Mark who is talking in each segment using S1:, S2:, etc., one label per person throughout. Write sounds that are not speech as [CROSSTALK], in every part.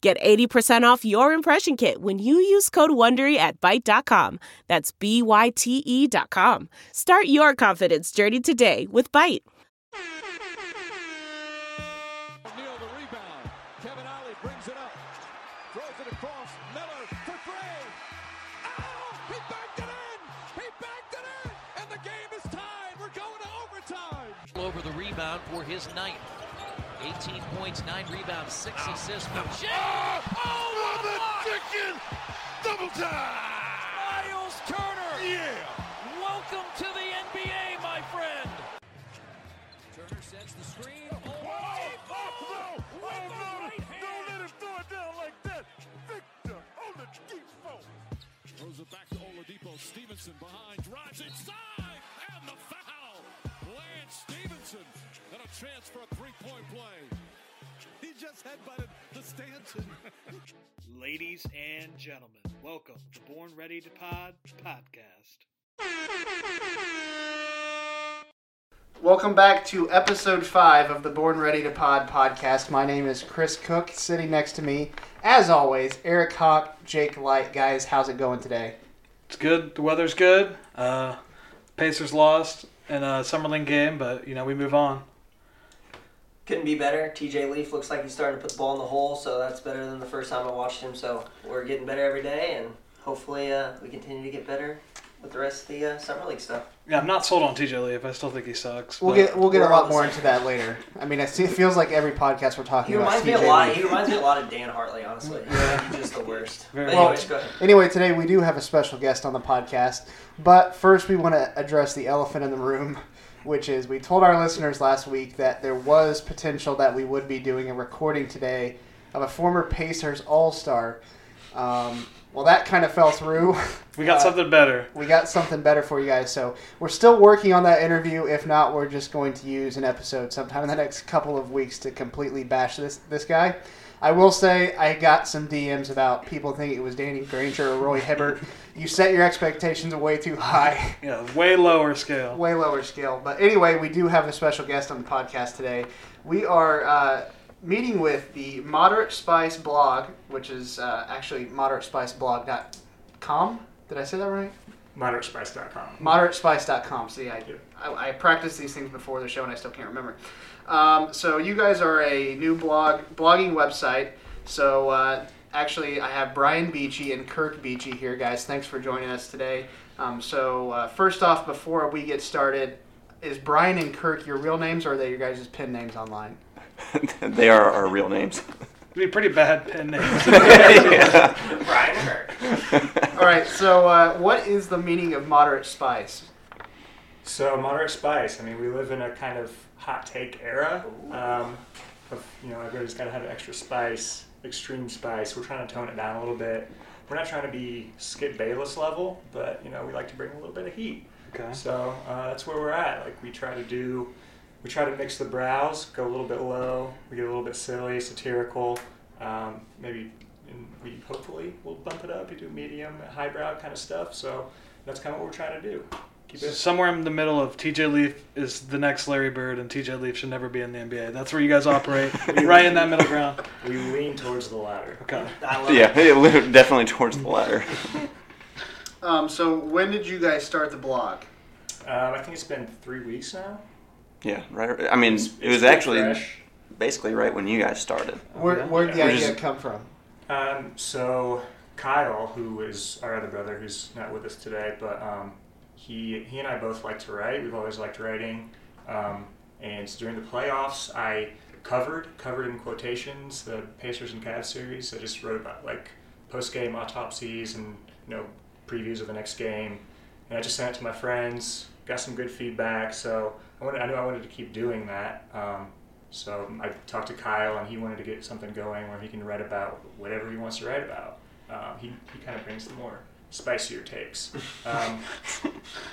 S1: Get 80% off your impression kit when you use code WONDERY at Byte.com. That's B-Y-T-E E dot com. Start your confidence journey today with Byte.
S2: Neal the rebound. Kevin Ollie brings it up. Throws it across. Miller for three. Oh! He backed it in! He backed it in! And the game is tied. We're going to overtime.
S3: over the rebound for his ninth. 18 points, 9 rebounds, 6 assists from Shea.
S2: Oh, the chicken! Double time!
S3: Miles Turner,
S2: Yeah!
S3: welcome to the NBA, my friend. Turner sets the screen.
S2: Oh, oh, no! Oh, no! Don't let him throw it down like that! Victor Oladipo! Throws it back to Oladipo. Stevenson behind, drives inside, and the foul! Lance Stevenson, and a chance for a three-point play. He just headbutted the Stanton.
S4: Ladies and gentlemen, welcome to Born Ready to Pod podcast.
S5: Welcome back to episode five of the Born Ready to Pod podcast. My name is Chris Cook. Sitting next to me, as always, Eric Hawk, Jake Light. Guys, how's it going today?
S6: It's good. The weather's good. Uh, Pacers lost in a summer league game, but you know we move on.
S7: Couldn't be better. TJ Leaf looks like he's starting to put the ball in the hole, so that's better than the first time I watched him. So we're getting better every day, and hopefully uh, we continue to get better with the rest of the uh, summer league stuff.
S6: Yeah, I'm not sold on TJ Leaf. I still think he sucks.
S5: We'll
S6: but
S5: get we'll get a
S7: we're
S5: lot
S7: on the
S5: more
S7: same
S5: into that later. I mean, I see, it feels like every podcast we're talking
S7: He
S5: about.
S7: reminds me a
S5: TJ
S7: lot.
S5: Leaf.
S7: He reminds me a lot of Dan Hartley, honestly. He's just the worst.
S6: Very
S7: But
S6: well.
S7: anyways, go ahead.
S5: Anyway, today we do have a special guest on the podcast, but first we want to address the elephant in the room, which is we told our listeners last week that there was potential that we would be doing a recording today of a former Pacers All Star. Um, well, that kind of fell through. [LAUGHS]
S6: we got
S5: Uh,
S6: something better.
S5: We got something better for you guys, so we're still working on that interview. If not, we're just going to use an episode sometime in the next couple of weeks to completely bash this this guy. I will say I got some DMs about people thinking it was Danny Granger or Roy Hibbert. you set your expectations way too high, [LAUGHS]
S6: Yeah, way lower scale.
S5: way lower scale. But anyway, we do have a special guest on the podcast today. We are uh, meeting with the Moderate Spice blog, which is uh, actually moderatespiceblog.com. Did I say that right?
S8: ModerateSpice.com.
S5: moderatespice.com. See, I, I, I practiced these things before the show and I still can't remember. Um, so you guys are a new blog blogging website. So uh, actually, I have Brian Beachy and Kirk Beachy here, guys. Thanks for joining us today. Um, so uh, first off, before we get started, is Brian and Kirk your real names or are they your guys' pen names online?
S9: [LAUGHS]
S8: they are our real names.
S6: It'd be pretty bad pen names.
S7: Brian Kirk.
S5: All right. So uh, what is the meaning of moderate spice?
S8: [LAUGHS] So moderate spice. I mean, we live in a kind of hot take era. Um, of, you know, everybody's got to have extra spice, extreme spice. We're trying to tone it down a little bit. We're not trying to be Skip Bayless level, but you know, we like to bring a little bit of heat.
S6: [LAUGHS] okay.
S8: So uh, that's where we're at. Like we try to do, we try to mix the brows, go a little bit low. We get a little bit silly, satirical. Um, maybe and we hopefully will bump it up. You do medium, highbrow kind of stuff. So that's kind of what we're trying to do. Keep it.
S6: Somewhere in the middle of TJ Leaf is the next Larry Bird, and TJ Leaf should never be in the NBA. That's where you guys
S8: [LAUGHS]
S6: operate, right in that middle ground.
S8: We lean towards the latter.
S6: Okay.
S7: I love
S9: Yeah, it definitely towards the latter. [LAUGHS]
S5: Um, so when did you guys start the blog?
S8: Um, I think it's been three weeks now.
S9: Yeah, right. I mean,
S8: It's-
S9: it
S8: it's
S9: was
S8: pretty
S9: actually
S8: fresh.
S9: basically right when you guys started.
S5: Where,
S6: yeah.
S5: where'd the
S9: We're
S5: idea
S9: just-
S5: come from?
S8: Um, so Kyle, who is our other brother, who's not with us today, but um, he he and I both like to write. We've always liked writing, um, and so during the playoffs, I covered covered in quotations the Pacers and Cavs series. I just wrote about like post game autopsies and you know previews of the next game, and I just sent it to my friends. Got some good feedback, so I wanted, I knew I wanted to keep doing that. Um, so I talked to Kyle, and he wanted to get something going where he can write about whatever he wants to write about. um, he, he kind of brings the more spicier takes. Um,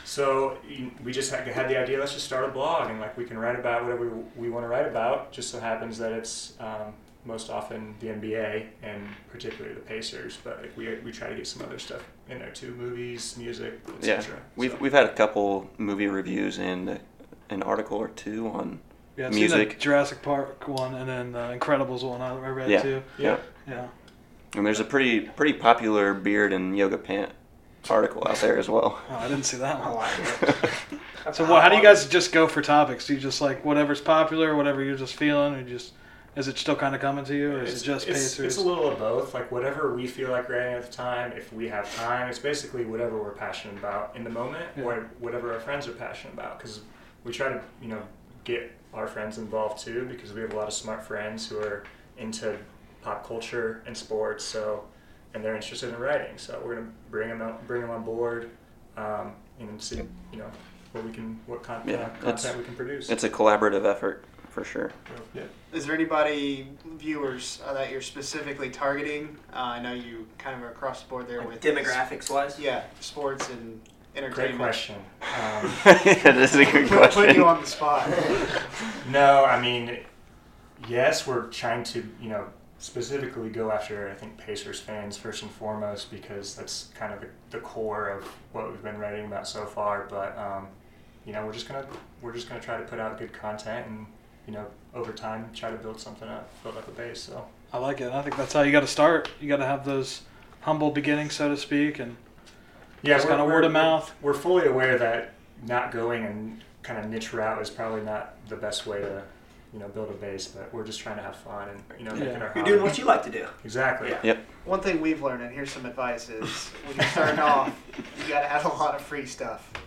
S8: so you- we just had, had the idea, let's just start a blog and like we can write about whatever we, we want to write about. Just so happens that it's um, most often the NBA and particularly the Pacers, but like, we, we try to get some other stuff in there too, movies, music,
S9: Yeah,
S8: etc.
S9: we've
S8: So-
S9: we've had a couple movie reviews and an article or two on
S6: Yeah, I've seen
S9: music.
S6: the Jurassic Park one and then the Incredibles one. I read
S9: yeah,
S6: too.
S9: yeah.
S6: Yeah.
S9: And there's a pretty pretty popular beard and yoga pant article out there as well. [LAUGHS]
S6: Oh, I didn't see that
S7: I
S6: one.
S7: like it.
S6: So, well, how do you guys just go for topics? Do you just like whatever's popular, whatever you're just feeling, or just is it still kind of coming to you, or is it just
S8: it's,
S6: Pacers?
S8: It's a little of both. Like whatever we feel like writing at the time, if we have time, it's basically whatever we're passionate about in the moment, or whatever our friends are passionate about. Because we try to, you know, get our friends involved too, because we have a lot of smart friends who are into pop culture and sports. So, and they're interested in writing. So we're gonna bring them out, bring them on board, um, and see, you know, what we can, what con-
S9: Yeah,
S8: uh,
S9: it's-
S8: content we can produce.
S9: It's a collaborative effort for sure. [LAUGHS]
S8: yeah.
S5: Is there anybody viewers uh, that you're specifically targeting? Uh, I know you kind of are across the board there with
S7: Demographics wise,
S5: Yeah, sports and
S8: Great
S5: entertainment.
S8: question. Um,
S9: that is a good
S5: Put, put you
S9: question.
S5: on the
S8: [LAUGHS]
S5: spot.
S8: No, I mean, yes, we're trying to, you know, specifically go after, I think, Pacers fans first and foremost, because that's kind of the, the core of what we've been writing about so far. But, um, you know, we're just gonna we're just gonna try to put out good content and, you know, over time try to build something up, build up a base. So
S6: I like it. I think that's how you got to start. You got to have those humble beginnings, so to speak, and
S8: yeah,
S6: Just
S8: we're-
S6: kinda
S8: we're-
S6: word of mouth.
S8: We're fully aware that not going and kind of niche route is probably not the best way to, you know, build a base. But we're just trying to have fun and, you know,
S6: Yeah.
S8: making our
S7: you're doing
S8: hobby-
S7: what you like to do.
S8: exactly.
S7: Yeah.
S9: Yep.
S5: One thing we've learned, and here's some advice: is when you're starting off, you gotta have a lot of free stuff.
S9: [LAUGHS]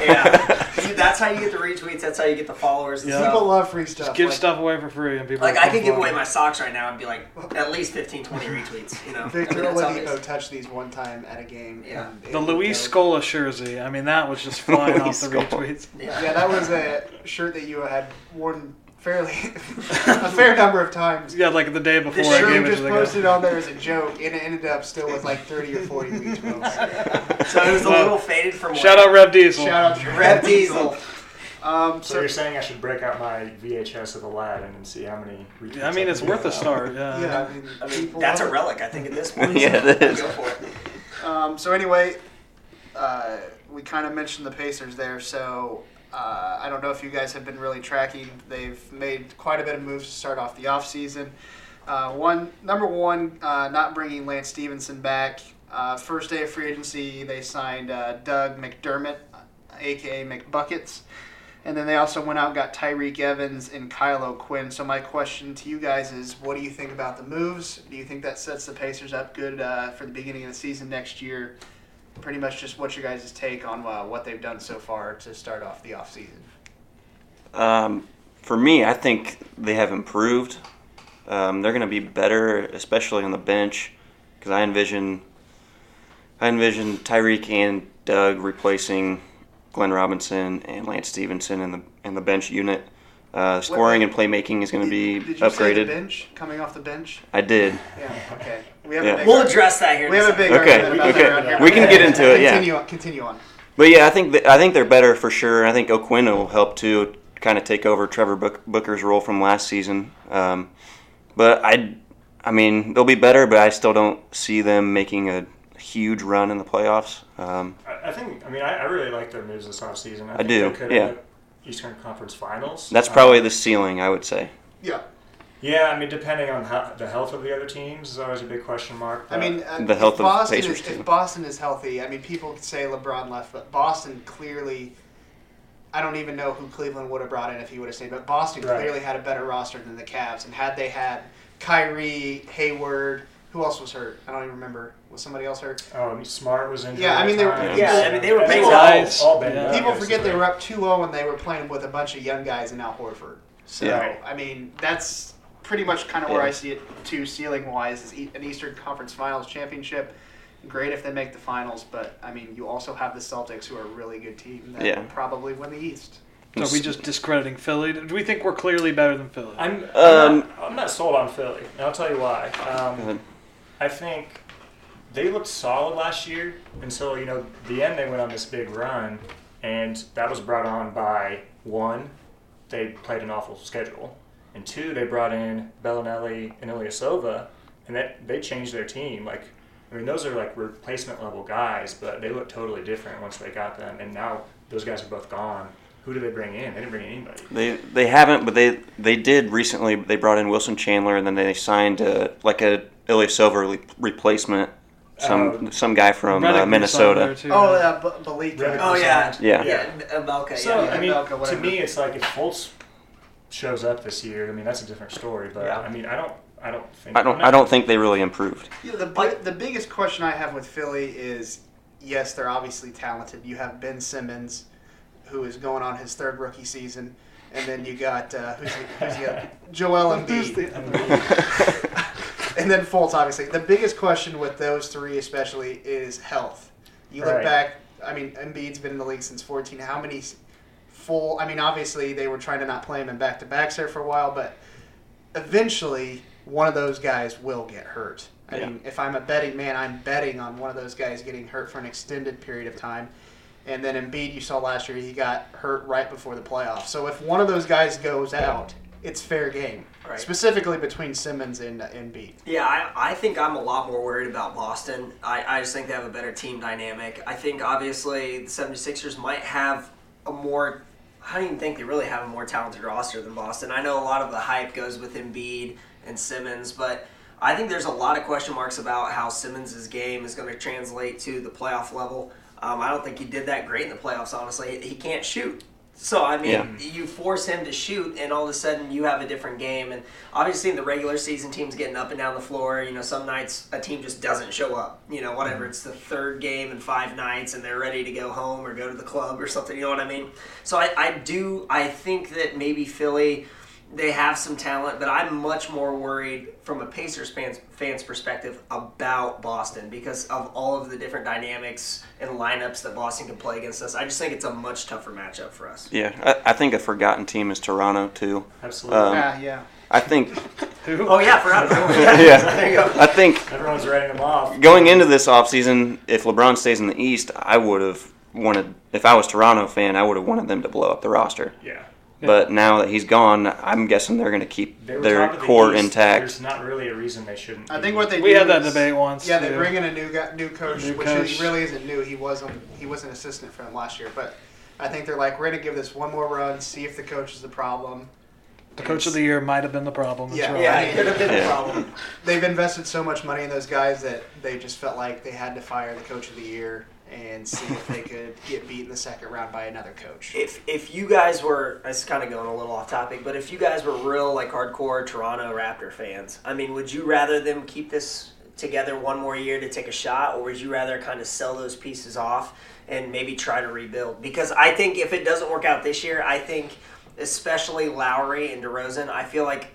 S7: Yeah, See, that's how you get the retweets. That's how you get the followers. And
S6: Yeah.
S7: stuff.
S5: People love free stuff.
S6: Uh, just give
S5: like,
S6: stuff away for free, and people.
S7: Like
S6: will
S7: I
S6: come
S7: could give
S6: forward.
S7: away my socks right now and be like at least 15, 20 retweets. You know, I
S5: Victor
S7: mean, that's how it
S5: Oladipo
S7: is.
S5: touched these one time at a game.
S7: Yeah.
S5: and it
S6: the Luis
S5: goes-
S6: Scola jersey. I mean, that was
S9: [LAUGHS]
S6: just flying off
S9: Luis
S6: the
S9: Scola.
S6: retweets.
S7: Yeah.
S5: Yeah, that was a shirt that you had worn fairly [LAUGHS]
S6: [LAUGHS]
S5: a fair number of times.
S6: Yeah, like the day before
S5: The
S6: I
S5: shirt
S6: gave
S5: you
S6: it to
S5: just
S6: the
S5: posted
S6: guy.
S5: on there as a joke, and it ended up still with like 30 or 40 retweets.
S7: So it was a
S6: Well,
S7: little faded from
S6: Shout out Rev Diesel.
S5: Shout out to
S7: Rev Diesel.
S5: Um,
S8: So you're saying I should break out my VHS of Aladdin and see how many? retweets
S6: I mean,
S8: can
S6: it's
S8: get
S6: worth a
S8: out.
S6: start. Yeah.
S5: yeah, I mean,
S7: I mean,
S5: people
S7: that's a
S5: love it.
S7: relic, I think,
S5: [LAUGHS]
S7: at this point.
S9: Yeah,
S7: so
S9: it is.
S7: Go for it.
S5: Um, so anyway, uh, we kind of mentioned the Pacers there, so uh, I don't know if you guys have been really tracking. They've made quite a bit of moves to start off the offseason. Uh, one number one, uh, not bringing Lance Stevenson back. Uh, first day of free agency, they signed uh, Doug McDermott, uh, aka McBuckets, and then they also went out and got Tyreek Evans and Kylo Quinn. So my question to you guys is, what do you think about the moves? Do you think that sets the Pacers up good uh, for the beginning of the season next year? pretty much just what your guys' take on uh, what they've done so far to start off the offseason.
S9: Um, for me, I think they have improved. Um, they're going to be better, especially on the bench, because I envision, I envision Tyreek and Doug replacing Glenn Robinson and Lance Stevenson in the in the bench unit. Uh, scoring and playmaking is going to be
S5: Did you Say the
S9: upgraded.
S5: bench coming off the bench?
S9: I did.
S5: Yeah. Okay. We have
S9: Yeah.
S5: a big.
S7: We'll address that here.
S5: we
S7: in
S5: have a
S7: second.
S5: big.
S9: Okay,
S5: argument about
S9: okay.
S5: that around here.
S9: We can get into it, yeah.
S5: Continue on. Continue on.
S9: But yeah, I think th- I think they're better for sure. I think O'Quinn will help too, kind of take over Trevor Book- Booker's role from last season. Um, but I, I mean, they'll be better, but I still don't see them making a huge run in the playoffs. Um,
S8: I, I think. I mean, I, I really like their moves this offseason. I, think
S9: do,
S8: They could
S9: yeah.
S8: have Eastern Conference Finals.
S9: that's
S8: Um,
S9: probably the ceiling, I would say.
S5: Yeah.
S8: yeah, I mean, depending on how, the health of the other teams is always a big question mark.
S5: I
S8: but-
S5: mean, uh,
S9: The health
S5: if
S9: of
S5: Boston
S9: Pacers
S5: is,
S9: too.
S5: If Boston is healthy, I mean, people could say LeBron left, but Boston clearly. I don't even know who Cleveland would have brought in if he would have stayed, but Boston
S8: Right.
S5: clearly had a better roster than the Cavs. And had they had Kyrie, Hayward, who else was hurt? I don't even remember. Was somebody else hurt?
S8: um, Smart was injured.
S5: Yeah, I
S8: at
S5: mean, they were-
S8: times.
S5: yeah, I mean,
S7: they were
S8: And
S7: banged
S8: all-
S6: up.
S8: all banged
S9: Uh,
S6: Yeah.
S8: up,
S5: People
S8: yes,
S5: forget
S8: right.
S5: they were up 2-0 and they were playing with a bunch of young guys in Al Horford. So
S9: Yeah.
S5: I mean, that's pretty much kind of where
S9: Yeah.
S5: I see it too, ceiling wise, is e- an Eastern Conference Finals championship. Great if they make the finals, but I mean, you also have the Celtics, who are a really good team that
S9: Yeah.
S5: will probably win the East.
S6: So we just discrediting Philly. Do we think we're clearly better than Philly?
S8: I'm, I'm,
S9: Um,
S8: not, I'm not sold on Philly, and I'll tell you why. Um, I think they looked solid last year until you know the end. They went on this big run, and that was brought on by one, they played an awful schedule, and two, they brought in Bellinelli and Ilyasova, and that they changed their team. Like, I mean, those are like replacement level guys, but they look totally different once they got them, and now those guys are both gone. Who did they bring in? They didn't bring in anybody.
S9: They they haven't, but they they did recently. They brought in Wilson Chandler, and then they signed uh like a Ilya Silver le- replacement, some some guy from
S6: Oh. Redick
S9: uh,
S6: was there,
S9: Minnesota.
S6: too.
S5: Oh, yeah, B- Balik.
S8: Redick
S7: Oh
S8: was
S7: yeah.
S9: Yeah.
S7: Yeah. Melka.
S8: So
S7: yeah.
S8: I mean,
S5: Belka, whatever.
S8: to me, it's like if Fultz shows up this year, I mean that's a different story. But
S7: Yeah.
S8: I mean, I don't, I don't think
S9: I don't I don't think they really
S6: [LAUGHS]
S9: improved. [LAUGHS]
S5: Yeah, the, bi- the biggest question I have with Philly is yes, they're obviously talented. You have Ben Simmons, who is going on his third rookie season, and then you got uh, who's the, who's the other? [LAUGHS] Joel Embiid, [LAUGHS] and then Fultz, obviously. The biggest question with those three, especially, is health. You look
S8: Right.
S5: back, I mean, Embiid's been in the league since 14. How many s- full? I mean, obviously, they were trying to not play him in back to backs there for a while, but eventually one of those guys will get hurt. I mean, if I'm a betting man, I'm betting on one of those guys getting hurt for an extended period of time. And then Embiid, you saw last year, he got hurt right before the playoffs. So if one of those guys goes out, it's fair game.
S7: Right.
S5: Specifically between Simmons and uh, Embiid.
S7: Yeah, I, I think I'm a lot more worried about Boston. I, I just think they have a better team dynamic. I think, obviously, the 76ers might have a more, I don't even think they really have a more talented roster than Boston. I know a lot of the hype goes with Embiid and Simmons, but I think there's a lot of question marks about how Simmons' game is going to translate to the playoff level. Um, I don't think he did that great in the playoffs, honestly. He can't shoot. So I mean,
S9: Yeah.
S7: you force him to shoot, and all of a sudden you have a different game. And obviously, in the regular season, teams getting up and down the floor. You know, some nights a team just doesn't show up. You know, whatever. It's the third game in five nights, and they're ready to go home or go to the club or something. You know what I mean? So I, I do. I think that maybe Philly they have some talent, but I'm much more worried from a Pacers fans, fans perspective about Boston because of all of the different dynamics and lineups that Boston can play against us. I just think it's a much tougher matchup for us.
S9: Yeah, I, I think a forgotten team is Toronto too.
S8: Absolutely,
S9: Um,
S5: yeah, yeah.
S9: I think
S7: Oh yeah, I forgot about that.
S9: yeah, I think
S8: everyone's writing them off.
S9: going into this offseason, if LeBron stays in the East, I would have wanted if I was Toronto fan, I would have wanted them to blow up the roster.
S8: Yeah,
S9: But now that he's gone, I'm guessing they're going to keep
S8: They were
S9: their
S8: top of the
S9: core
S8: East.
S9: intact.
S8: There's not really a reason they shouldn't.
S5: I
S8: be.
S5: think what they
S6: We
S5: do
S6: had that
S5: is-
S6: debate once,
S5: Yeah, they
S6: too.
S5: bring in a new guy, new coach,
S6: New
S5: which
S6: coach.
S5: He really isn't new. He wasn't. He was an assistant for him last year, but I think they're like, we're gonna give this one more run, see if the coach is the problem.
S6: The coach of the year might have been the problem. That's
S5: Yeah.
S6: right.
S7: [LAUGHS] Yeah, it could have been a
S9: Yeah.
S7: problem.
S5: They've invested so much money in those guys that they just felt like they had to fire the coach of the year and see if they could get beat in the second round by another coach.
S7: If if you guys were, it's kind of going a little off topic, but if you guys were real like hardcore Toronto Raptor fans, I mean, would you rather them keep this together one more year to take a shot, or would you rather kind of sell those pieces off and maybe try to rebuild? Because I think if it doesn't work out this year, I think especially Lowry and DeRozan, I feel like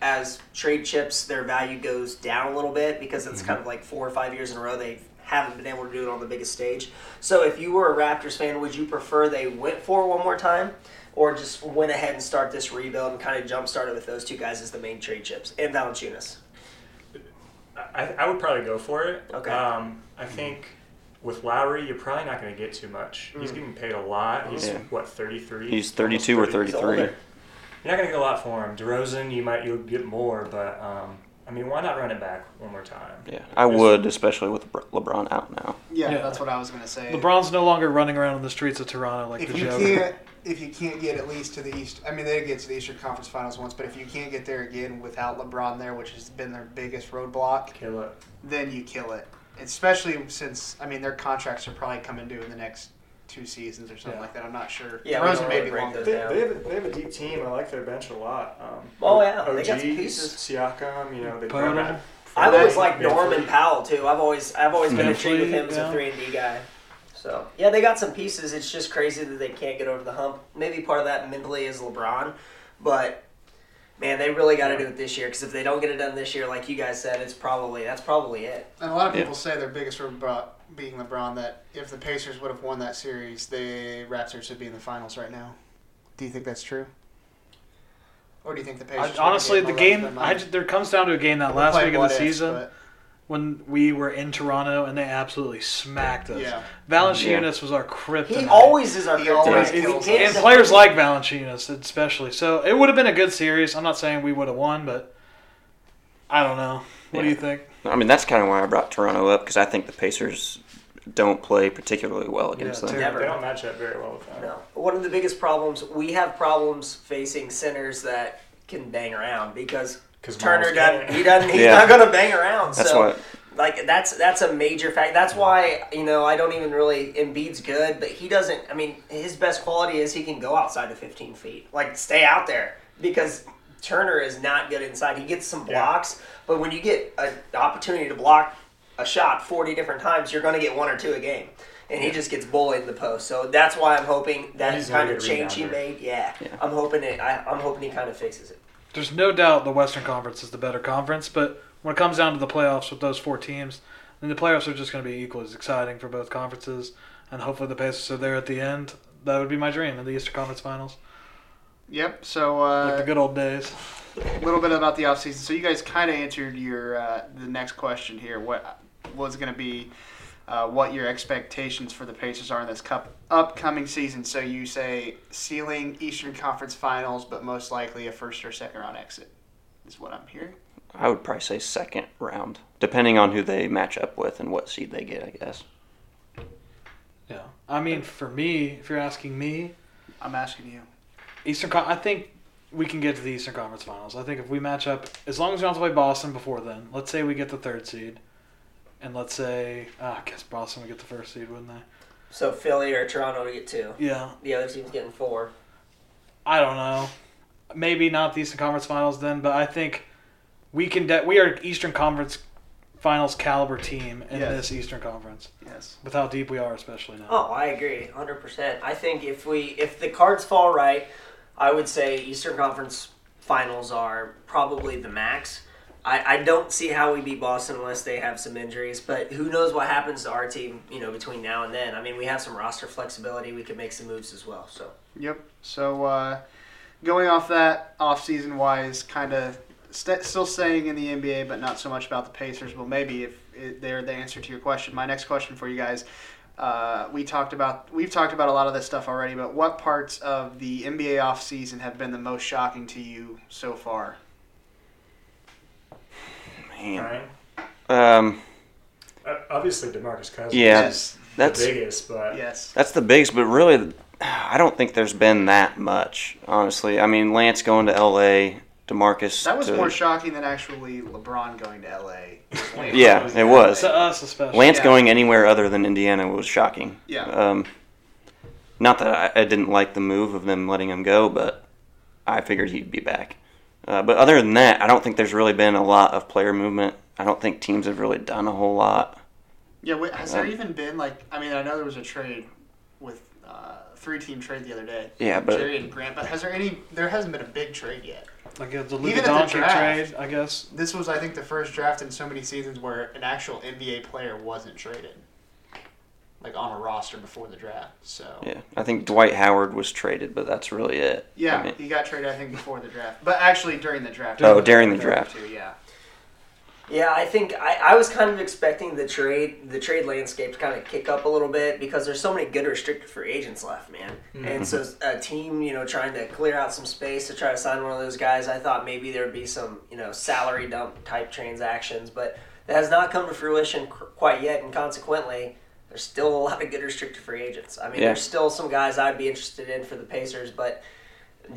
S7: as trade chips, their value goes down a little bit because it's kind of like four or five years in a row they haven't been able to do it on the biggest stage. So, if you were a Raptors fan, would you prefer they went for it one more time, or just went ahead and start this rebuild and kind of jumpstart it with those two guys as the main trade chips and Valanciunas?
S8: I, I would probably go for it.
S7: Okay.
S8: Um, I
S5: Hmm.
S8: think with Lowry, you're probably not going to get too much. He's
S5: Hmm.
S8: getting paid a lot. He's
S9: Yeah.
S8: what 33.
S9: He's
S8: Almost
S9: 32 or
S8: 30.
S9: 33.
S8: You're not going to get a lot for him. DeRozan, you might you'll get more, but um, I mean, why not run it back one more time?
S9: Yeah, I would, especially with Lebr- LeBron out now.
S5: Yeah,
S6: Yeah.
S5: that's what I was gonna say.
S6: LeBron's no longer running around in the streets of Toronto like
S5: if
S6: the
S5: you
S6: Joker.
S5: can't if you can't get at least to the east i mean they did get to the eastern conference finals once but if you can't get there again without lebron there which has been their biggest roadblock
S8: Okay, look.
S5: then you kill it especially since i mean their contracts are probably coming due in the next two seasons or something
S8: Yeah.
S5: like that i'm not sure
S7: Yeah, we
S5: Rosen
S7: don't
S5: may
S7: really
S5: be
S7: break
S5: longer
S7: those
S8: They,
S7: down.
S8: they, have a, they have a deep team. I like their bench a lot. Um,
S7: Oh, yeah,
S8: OG,
S7: they got some pieces.
S8: Siakam, you know, they
S6: Put 'em
S8: brought
S6: in.
S8: back-
S7: I've always liked
S8: Van Fleet.
S7: Norman Powell too. I've always I've always been
S6: Van
S7: intrigued with him as a
S6: Fleet,
S7: three and D guy. So yeah, they got some pieces. It's just crazy that they can't get over the hump. Maybe part of that mentally is LeBron, but man, they really got to do it this year because if they don't get it done this year, like you guys said, it's probably that's probably it.
S5: and a lot of
S9: Yeah.
S5: people say their biggest roadblock being lebron that if the pacers would have won that series the raptors would be in the finals right now do you think that's true or do you think the
S6: I-
S5: pacers
S6: honestly,
S5: would've
S6: the
S5: gave
S6: game,
S5: them a run for their
S6: I
S5: money?
S6: ju- there comes down to a game that
S5: We're
S6: last
S5: playing
S6: week of the
S5: what ifs,
S6: season.
S5: but-
S6: when we were in Toronto and they absolutely smacked us.
S5: Yeah.
S6: Valanciunas was our kryptonite.
S7: He always is our
S5: He
S7: kryptonite.
S5: always
S7: We
S5: kills
S7: can't
S5: us.
S6: and
S7: stop-
S6: players like Valanciunas, especially. So it would have been a good series. I'm not saying we would have won, but I don't know. What do
S9: Yeah.
S6: you think?
S9: I mean, that's kind of why I brought Toronto up because I think the Pacers don't play particularly well against
S6: Yeah,
S9: them.
S7: terrible.
S8: They don't match up very well with them.
S7: No. One of the biggest problems we have problems facing centers that can bang around because
S8: 'Cause
S7: Turner
S8: Miles
S7: doesn't.
S8: can't.
S7: He doesn't. He's
S9: Yeah.
S7: not going to bang around.
S9: That's
S7: so,
S9: why-
S7: like that's that's a major fact. That's why you know I don't even really. Embiid's good, but he doesn't. I mean, his best quality is he can go outside of 15 feet. Like stay out there because Turner is not good inside. He gets some blocks, but when you get an opportunity to block a shot 40 different times, you're going to get one or two a game. And he just gets bullied in the post, so that's why I'm hoping that
S8: he's a
S7: kind of
S8: good
S7: change he
S8: rebounder.
S7: made. Yeah, I'm hoping it. I, I'm hoping he kind of fixes it.
S6: There's no doubt the Western Conference is the better conference, but when it comes down to the playoffs with those four teams, then the playoffs are just going to be equally as exciting for both conferences, and hopefully the Pacers are there at the end. That would be my dream in the Eastern Conference Finals,
S5: Yep. So
S6: like the
S5: uh,
S6: good old days.
S5: a little bit about the offseason. So you guys kind of answered your uh, the next question here. What was going to be uh, what your expectations for the Pacers are in this cup upcoming season? So you say ceiling Eastern Conference Finals, but most likely a first or second round exit is what I'm hearing.
S9: I would probably say second round, depending on who they match up with and what seed they get, I guess.
S6: Yeah, I mean, for me, if you're asking me,
S5: I'm asking you.
S6: Eastern. Con- I think we can get to the Eastern Conference Finals. I think if we match up, as long as we don't have to play Boston before then, let's say we get the third seed, and let's say ah, I guess Boston would get the first seed, wouldn't they?
S7: So Philly or Toronto to get two.
S6: Yeah,
S7: The other team's getting four.
S6: I don't know. Maybe not the Eastern Conference Finals then, but I think we can. De- we are Eastern Conference Finals caliber team in
S5: Yes.
S6: this Eastern Conference
S5: Yes.
S6: with how deep we are, especially now.
S7: Oh, I agree, hundred percent. I think if we if the cards fall right, I would say Eastern Conference Finals are probably the max. I, I don't see how we beat Boston unless they have some injuries, but who knows what happens to our team, you know, between now and then. I mean, we have some roster flexibility. We can make some moves as well. So
S5: Yep. So uh, going off that off season wise, kind of st- still staying in the NBA, but not so much about the Pacers. Well, maybe if it, they're the answer to your question. My next question for you guys. Uh, we talked about we've talked about a lot of this stuff already, but what parts of the NBA offseason have been the most shocking to you so far?
S9: Man.
S8: Right?
S9: Um,
S8: Uh, obviously, Demarcus Cousins.
S9: Yeah.
S5: Yes,
S9: that's
S8: the biggest, but
S5: yes,
S9: That's the biggest, but really, I don't think there's been that much, honestly. I mean, Lance going to LA, Demarcus.
S5: that was
S9: to-
S5: more shocking than actually LeBron going to LA.
S9: Yeah, it was.
S6: To us, especially.
S9: Lance
S5: Yeah.
S9: going anywhere other than Indiana was shocking.
S5: Yeah.
S9: Um, not that I, I didn't like the move of them letting him go, but I figured he'd be back. Uh, but other than that, I don't think there's really been a lot of player movement. I don't think teams have really done a whole lot.
S5: Yeah, wait, has there
S9: Um,
S5: even been like? I mean, I know there was a trade with uh, three-team trade the other day.
S9: Yeah, but-
S5: Jerry and Grant. But has there any? There hasn't been a big trade yet.
S6: Like uh, the Luka
S5: Even at the
S6: Doncic
S5: draft.
S6: trade, I guess.
S5: This was, I think, the first draft in so many seasons where an actual NBA player wasn't traded, like on a roster before the draft. So
S9: Yeah, I think Dwight Howard was traded, but that's really it.
S5: Yeah,
S9: I mean,
S5: he got traded, I think, before the draft, but actually during the draft.
S9: Oh, during the draft.
S5: too, yeah.
S7: Yeah, I think I, I was kind of expecting the trade the trade landscape to kind of kick up a little bit because there's so many good restricted free agents left, man. And so a team, you know, trying to clear out some space to try to sign one of those guys, I thought maybe there would be some, you know, salary dump type transactions, but that has not come to fruition c- quite yet and consequently there's still a lot of good restricted free agents. I mean,
S9: Yeah.
S7: there's still some guys I'd be interested in for the Pacers, but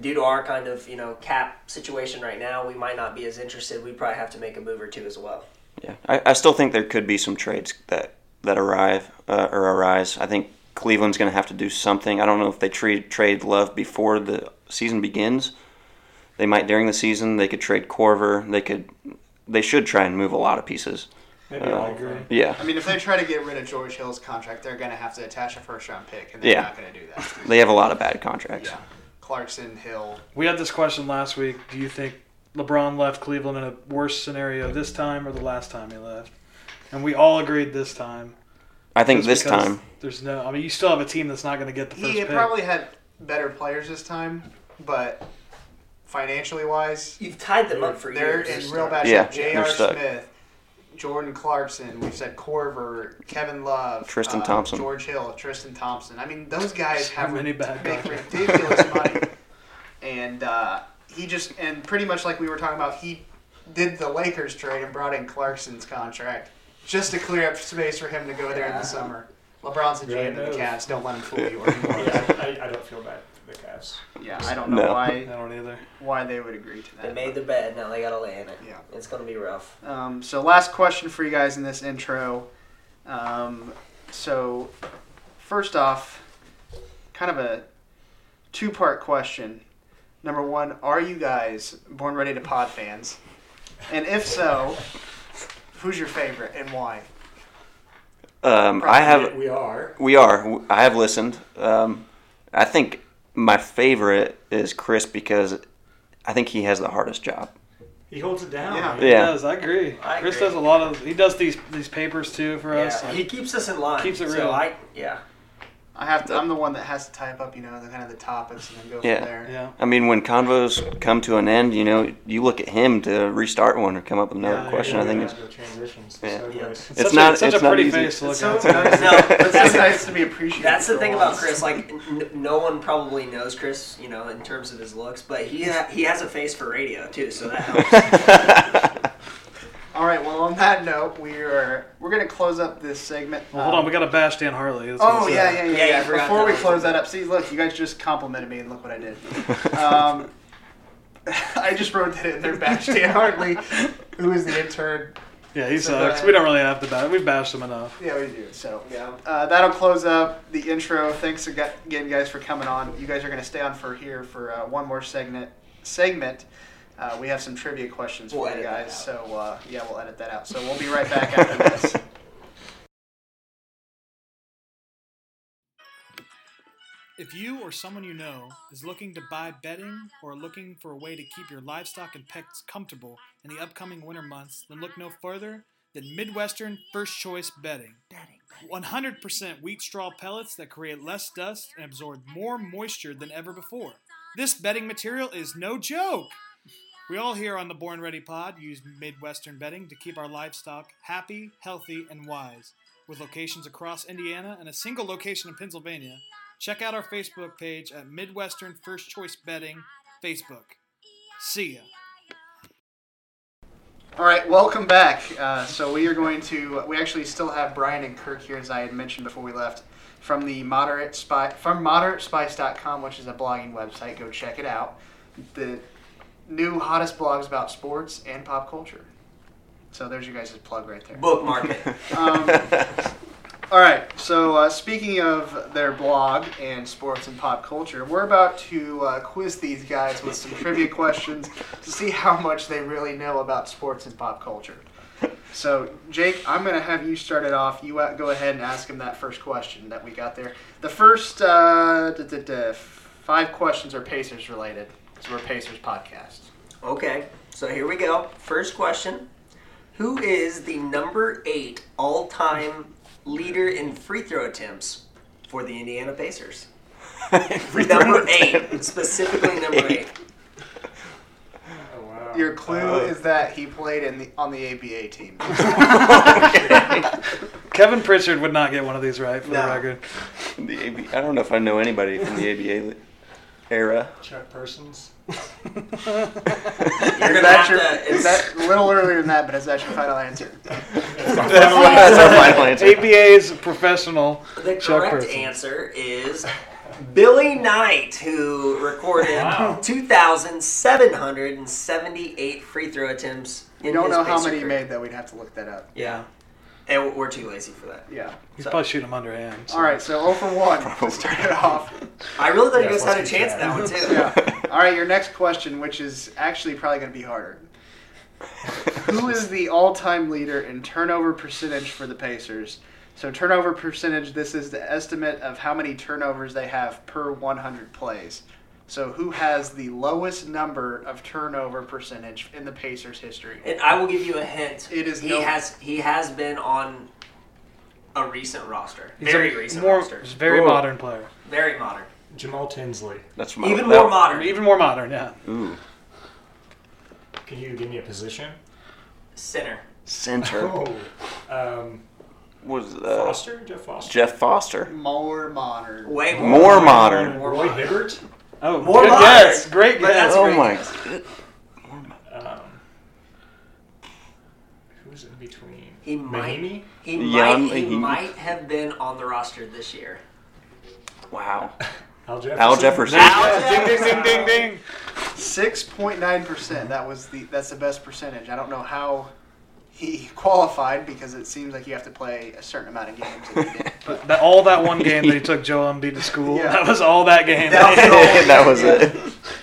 S7: due to our kind of, you know, cap situation right now, we might not be as interested. We probably have to make a move or two as well.
S9: Yeah, I, I still think there could be some trades that that arrive uh, or arise. I think Cleveland's going to have to do something. I don't know if they trade trade Love before the season begins. They might during the season. They could trade Corver. They could. They should try and move a lot of pieces.
S8: maybe all of them.
S5: I
S9: Yeah,
S5: mean, if they try to get rid of George Hill's contract, they're going to have to attach a first-round pick, and they're
S9: Yeah.
S5: not going to do that.
S9: [LAUGHS] they have a lot of bad contracts.
S5: Yeah, Clarkson, Hill,
S6: We had this question last week. Do you think LeBron left Cleveland in a worse scenario this time or the last time he left? And we all agreed this time.
S9: I think
S6: Just
S9: this
S6: because
S9: time.
S6: There's no. I mean, you still have a team that's not going to get the first
S5: he
S6: pick.
S5: probably had better players this time, but financially wise,
S7: You've tied them up for
S5: they're
S7: years.
S5: in real bad
S9: Yeah,
S5: shape. J.R.
S9: they're stuck.
S5: Smith, Jordan Clarkson. We've said Corver, Kevin Love, uh,
S9: Tristan Thompson.
S5: George Hill, Tristan Thompson. I mean, those guys
S6: So
S5: have
S6: many bad
S5: make
S6: guys.
S9: [LAUGHS]
S5: ridiculous money, and uh, he just and pretty much like we were talking about, he did the Lakers trade and brought in Clarkson's contract just to clear up space for him to go there in
S7: Yeah.
S5: the summer. LeBron's a GM of
S8: knows?
S5: the Cavs. Don't let him fool you anymore.
S8: [LAUGHS] Yeah, I, I don't feel bad for the Cavs.
S5: yeah, I don't know
S9: No.
S6: I
S5: why
S6: don't either.
S5: why they would agree to that.
S7: They made the bed, now they gotta lay in it.
S5: Yeah.
S7: It's gonna be rough.
S5: Um, so last question for you guys in this intro. Um, so first off, kind of a two-part question. Number one, are you guys born ready to pod fans? And if so, who's your favorite and why?
S9: Um, I have.
S8: We are.
S9: We are. I have listened. Um, I think my favorite is Chris because I think he has the hardest job.
S8: He holds it down.
S5: Yeah.
S8: man.
S9: Yeah.
S6: Yes, I agree.
S7: I
S6: Chris
S7: agree.
S6: does a lot of. He does these these papers too for us.
S7: Yeah.
S6: Like,
S7: He keeps us in line.
S6: Keeps it real.
S7: So I, yeah.
S5: I have to. I'm the one that has to type up, you know, the kind of the topics and then go
S9: Yeah.
S5: from there.
S6: yeah.
S9: I mean, when convos come to an end, you know, you look at him to restart one or come up with another
S6: Yeah,
S9: question.
S8: uh, Yeah,
S9: I think
S8: yeah,
S9: it's
S8: the transitions.
S9: Yeah.
S8: So
S7: Yeah.
S8: nice.
S9: it's
S6: such
S9: not-
S6: a, such
S9: it's
S6: a
S9: not
S6: pretty
S9: easy.
S6: face to look
S5: It's so
S6: at. [LAUGHS]
S5: nice.
S7: [LAUGHS] No,
S5: it's just nice to be appreciated.
S7: That's the
S5: for
S7: thing about
S5: once.
S7: Chris. Like, n- no one probably knows Chris, you know, in terms of his looks, but he ha- he has a face for radio too, so that
S5: [LAUGHS]
S7: helps.
S5: All right. Well, on that note, we are we're gonna close up this segment.
S6: Well, hold
S5: Um,
S6: on, we gotta bash Dan Harley. That's
S5: Oh
S6: what's
S5: yeah,
S6: up.
S5: yeah,
S7: Yeah,
S5: yeah.
S7: you
S5: yeah.
S7: forgot
S5: Before
S7: that
S5: we
S7: one.
S5: close that up, see, look, you guys just complimented me, and look what I did.
S9: [LAUGHS]
S5: Um, [LAUGHS] I just wrote that in there. Bash Dan [LAUGHS] Hartley, who is the intern.
S6: yeah, he
S5: So
S6: sucks.
S5: bad.
S6: We don't really have to bash. We've bashed him enough.
S5: Yeah, we do. So
S7: yeah.
S5: uh, that'll close up the intro. Thanks aga- again, guys, for coming on. You guys are gonna stay on for here for uh, one more segment. Segment. Uh, we have some trivia questions
S7: We'll
S5: for you
S7: edit that
S5: guys.
S7: out.
S5: So uh, yeah, we'll edit that out. So we'll be right back after this.
S4: If you or someone you know is looking to buy bedding or looking for a way to keep your livestock and pets comfortable in the upcoming winter months, then look no further than Midwestern First Choice Bedding. 100% wheat straw pellets that create less dust and absorb more moisture than ever before. This bedding material is no joke. We all here on the Born Ready Pod use Midwestern bedding to keep our livestock happy, healthy, and wise. With locations across Indiana and a single location in Pennsylvania, check out our Facebook page at Midwestern First Choice Bedding Facebook. See ya.
S5: All right, welcome back. Uh, so we are going to. We actually still have Brian and Kirk here, as I had mentioned before we left, from the moderate spy from moderatespice.com, which is a blogging website. Go check it out. The new hottest blogs about sports and pop culture. So there's your guys' plug right there.
S7: Bookmark it.
S5: All right. So uh, speaking of their blog and sports and pop culture, we're about to uh, quiz these guys with some trivia questions to see how much they really know about sports and pop culture. So Jake, I'm going to have you start it off. You uh, go ahead and ask him that first question that we got there. The first uh, duh, duh, duh, five questions are Pacers related because we're a Pacers podcast.
S7: Okay, so here we go. First question Who is the number eight all time leader in free throw attempts for the
S5: [LAUGHS]
S7: Indiana Pacers? number eight, specifically number eight.
S8: Oh, wow.
S5: Your clue is that he played in the on the ABA team.
S6: Kevin Pritchard would not get one of these right for
S5: No.
S6: the record.
S9: the AB, I don't know if I know anybody from the ABA li- era.
S8: Chuck
S6: [LAUGHS]
S7: [LAUGHS]
S8: Persons.
S7: You're
S5: Is
S7: gonna
S5: that
S7: have
S5: your,
S7: to.
S5: is
S7: It's,
S5: that a little earlier than that, but is that your final answer?
S9: [LAUGHS] That's our final answer.
S6: ABA's professional.
S7: [LAUGHS] the
S6: Chuck
S7: correct
S6: Person.
S7: answer is Billy Knight, who recorded 2,778 free throw attempts. In
S5: You don't
S7: his
S5: know how
S7: Pacer
S5: many he
S7: career.
S5: made, though. We'd have to look that up.
S7: Yeah. And we're too lazy for that.
S5: Yeah.
S6: He's probably shooting him underhand. so.
S5: All right, so 0 for 1 to start it off.
S7: I really thought you
S8: Yes,
S7: guys had a
S8: let's
S7: chance
S8: keep
S7: at that one, too.
S5: [LAUGHS] Yeah. All right, your next question, which is actually probably going to be harder. Who is the all time leader in turnover percentage for the Pacers? So, turnover percentage, this is the estimate of how many turnovers they have per 100 plays. So, who has the lowest number of turnover percentage in the Pacers' history?
S7: And I will give you a hint.
S5: It is
S7: he
S5: no-
S7: has he has been on a recent roster,
S6: He's
S7: very
S6: a
S7: recent
S6: more,
S7: roster,
S6: very
S9: Whoa.
S6: modern player.
S7: very modern,
S8: Jamal Tinsley.
S9: That's my
S7: even
S9: that-
S7: more modern.
S6: Even more modern, yeah.
S9: Ooh,
S8: Can you give me a position?
S7: Center.
S9: center
S8: Oh, um,
S9: was uh,
S8: Foster, Jeff Foster,
S9: Jeff Foster.
S5: More modern.
S7: Way more.
S9: More modern.
S8: Um, Roy Hibbert.
S6: Oh,
S7: More
S6: good
S7: modern.
S6: guess. Great
S7: But
S6: guess.
S7: that's
S9: Oh
S7: great.
S9: my.
S8: Um, who's in between?
S7: He might.
S8: Mahimi?
S7: He
S9: Yeah,
S7: might. He
S9: he-
S7: might have been on the roster this year.
S9: Wow.
S8: Al Jefferson.
S9: Al Jefferson.
S6: Ding ding ding ding ding.
S5: Six point nine percent. That was the that's the best percentage. I don't know how he [LAUGHS] qualified because it seems like you have to play a certain amount
S6: [LAUGHS]
S5: of games. if you did. But
S6: That, all that one game
S9: [LAUGHS]
S6: that he took Joe Embiid to school.
S5: Yeah.
S6: That was all that game.
S5: That was all.
S9: that was it.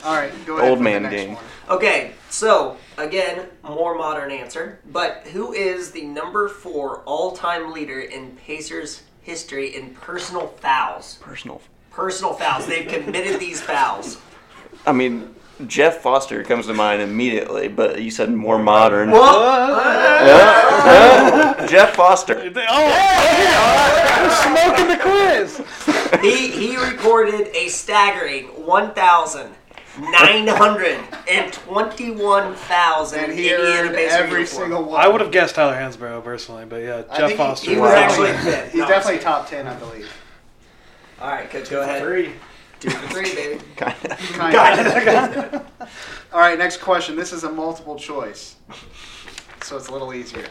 S5: all right, go ahead.
S9: Old
S5: for
S9: man
S5: the next
S9: game.
S5: One.
S7: Okay, so again, more modern answer. But who is the number four all-time leader in Pacers history in personal fouls?
S9: Personal.
S7: Personal fouls. They've
S5: [LAUGHS]
S7: committed these fouls.
S9: I mean, Jeff Foster comes to mind immediately, but you said more modern.
S7: [LAUGHS]
S9: Uh, Jeff Foster.
S6: Oh, we're smoking the quiz.
S7: He he recorded a staggering 1,921 fouls in
S5: And
S7: an
S5: he
S7: Indiana
S5: earned
S7: Pacers
S5: every
S7: uniform.
S5: single one.
S8: [LAUGHS]
S6: I would have guessed Tyler Hansbrough personally, but yeah,
S5: I
S6: Jeff
S5: think
S6: Foster.
S5: He, he
S7: Wow.
S5: was actually.
S7: Wow.
S5: [LAUGHS] He's definitely top ten, I believe.
S7: All right, coach, go ahead.
S8: Three.
S7: Two for three, baby.
S9: Kinda.
S5: Kind of. [LAUGHS] All right, next question. This is a multiple choice, so it's a little easier.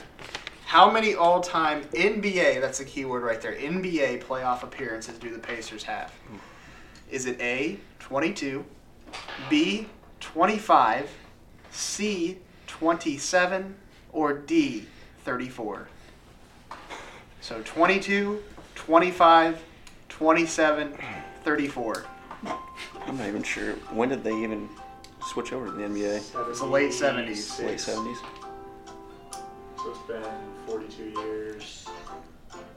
S5: How many all-time NBA, that's the key word right there, NBA playoff appearances do the Pacers have? Is it A, 22, B, 25, C, 27, or D, 34? So 22, 25, 27, 34.
S9: I'm not even sure. When did they even switch over to the NBA?
S5: It's the late 70s.
S9: Late 70s?
S8: So it's been 42 years.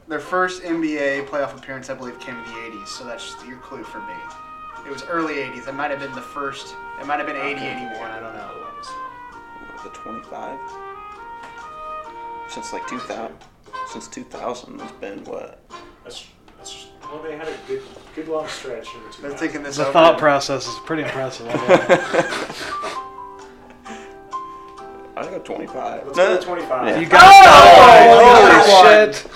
S5: Their first NBA playoff appearance, I believe, came in the 80s, so that's just your clue for me. It was early 80s. It might have been the first. It might have been 80, 81. I don't know.
S9: What, The 25? Since like 2000. Since 2000, it's been what?
S8: That's, that's, well, they had a good, good long stretch in the
S5: They're
S8: 2000s.
S5: thinking this
S6: The
S5: over.
S6: thought process is pretty impressive.
S5: [LAUGHS]
S6: I love it.
S9: I got 25.
S8: Let's go to 25.
S9: Yeah.
S6: You got
S5: another
S6: oh,
S5: one.
S6: Holy shit.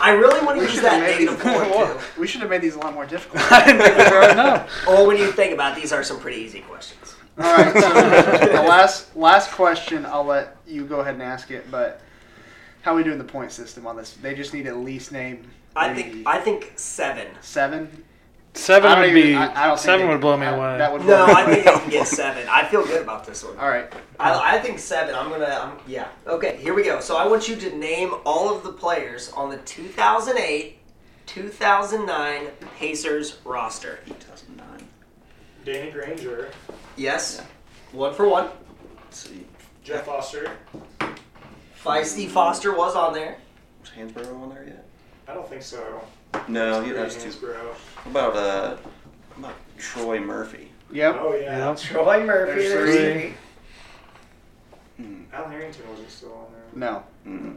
S7: I really want to use
S5: should
S7: that
S5: have made
S7: negative
S5: these
S7: point, too.
S5: we should have made these a lot more difficult.
S6: [LAUGHS] I didn't think we were right now.
S7: Or when you think about it, these are some pretty easy questions.
S5: All right. So the last last question, I'll let you go ahead and ask it. But how are we doing the point system on this? They just need at least name.
S7: I
S5: maybe
S7: think I think seven.
S5: seven.
S6: Seven
S5: I don't
S6: would
S5: even-
S6: be
S5: I- I don't think
S6: seven
S5: they-
S6: would blow me
S5: I-
S6: away.
S5: That would
S7: [LAUGHS]
S5: blow
S7: No,
S5: me
S7: I
S5: away.
S7: think I can get seven. I feel good about this one.
S5: All right.
S7: I, I think seven. I'm gonna. I'm, yeah. Okay. Here we go. So I want you to name all of the players on the 2008, 2009 Pacers roster.
S9: 2009.
S8: Danny Granger,
S7: Yes. One for one.
S9: Let's see.
S8: Jeff Foster.
S7: Feisty Foster was on there.
S9: Was Hansborough on there yet?
S8: I don't think so.
S9: No, he
S8: Greg
S9: that's too.
S8: Hansbrough.
S9: What about, uh, what about Troy Murphy?
S5: Yep.
S8: Oh, yeah.
S6: Yeah.
S7: Troy Murphy.
S5: There's
S7: there's
S5: three.
S7: three.
S8: Al Harrington wasn't still on there.
S5: No.
S9: Mm.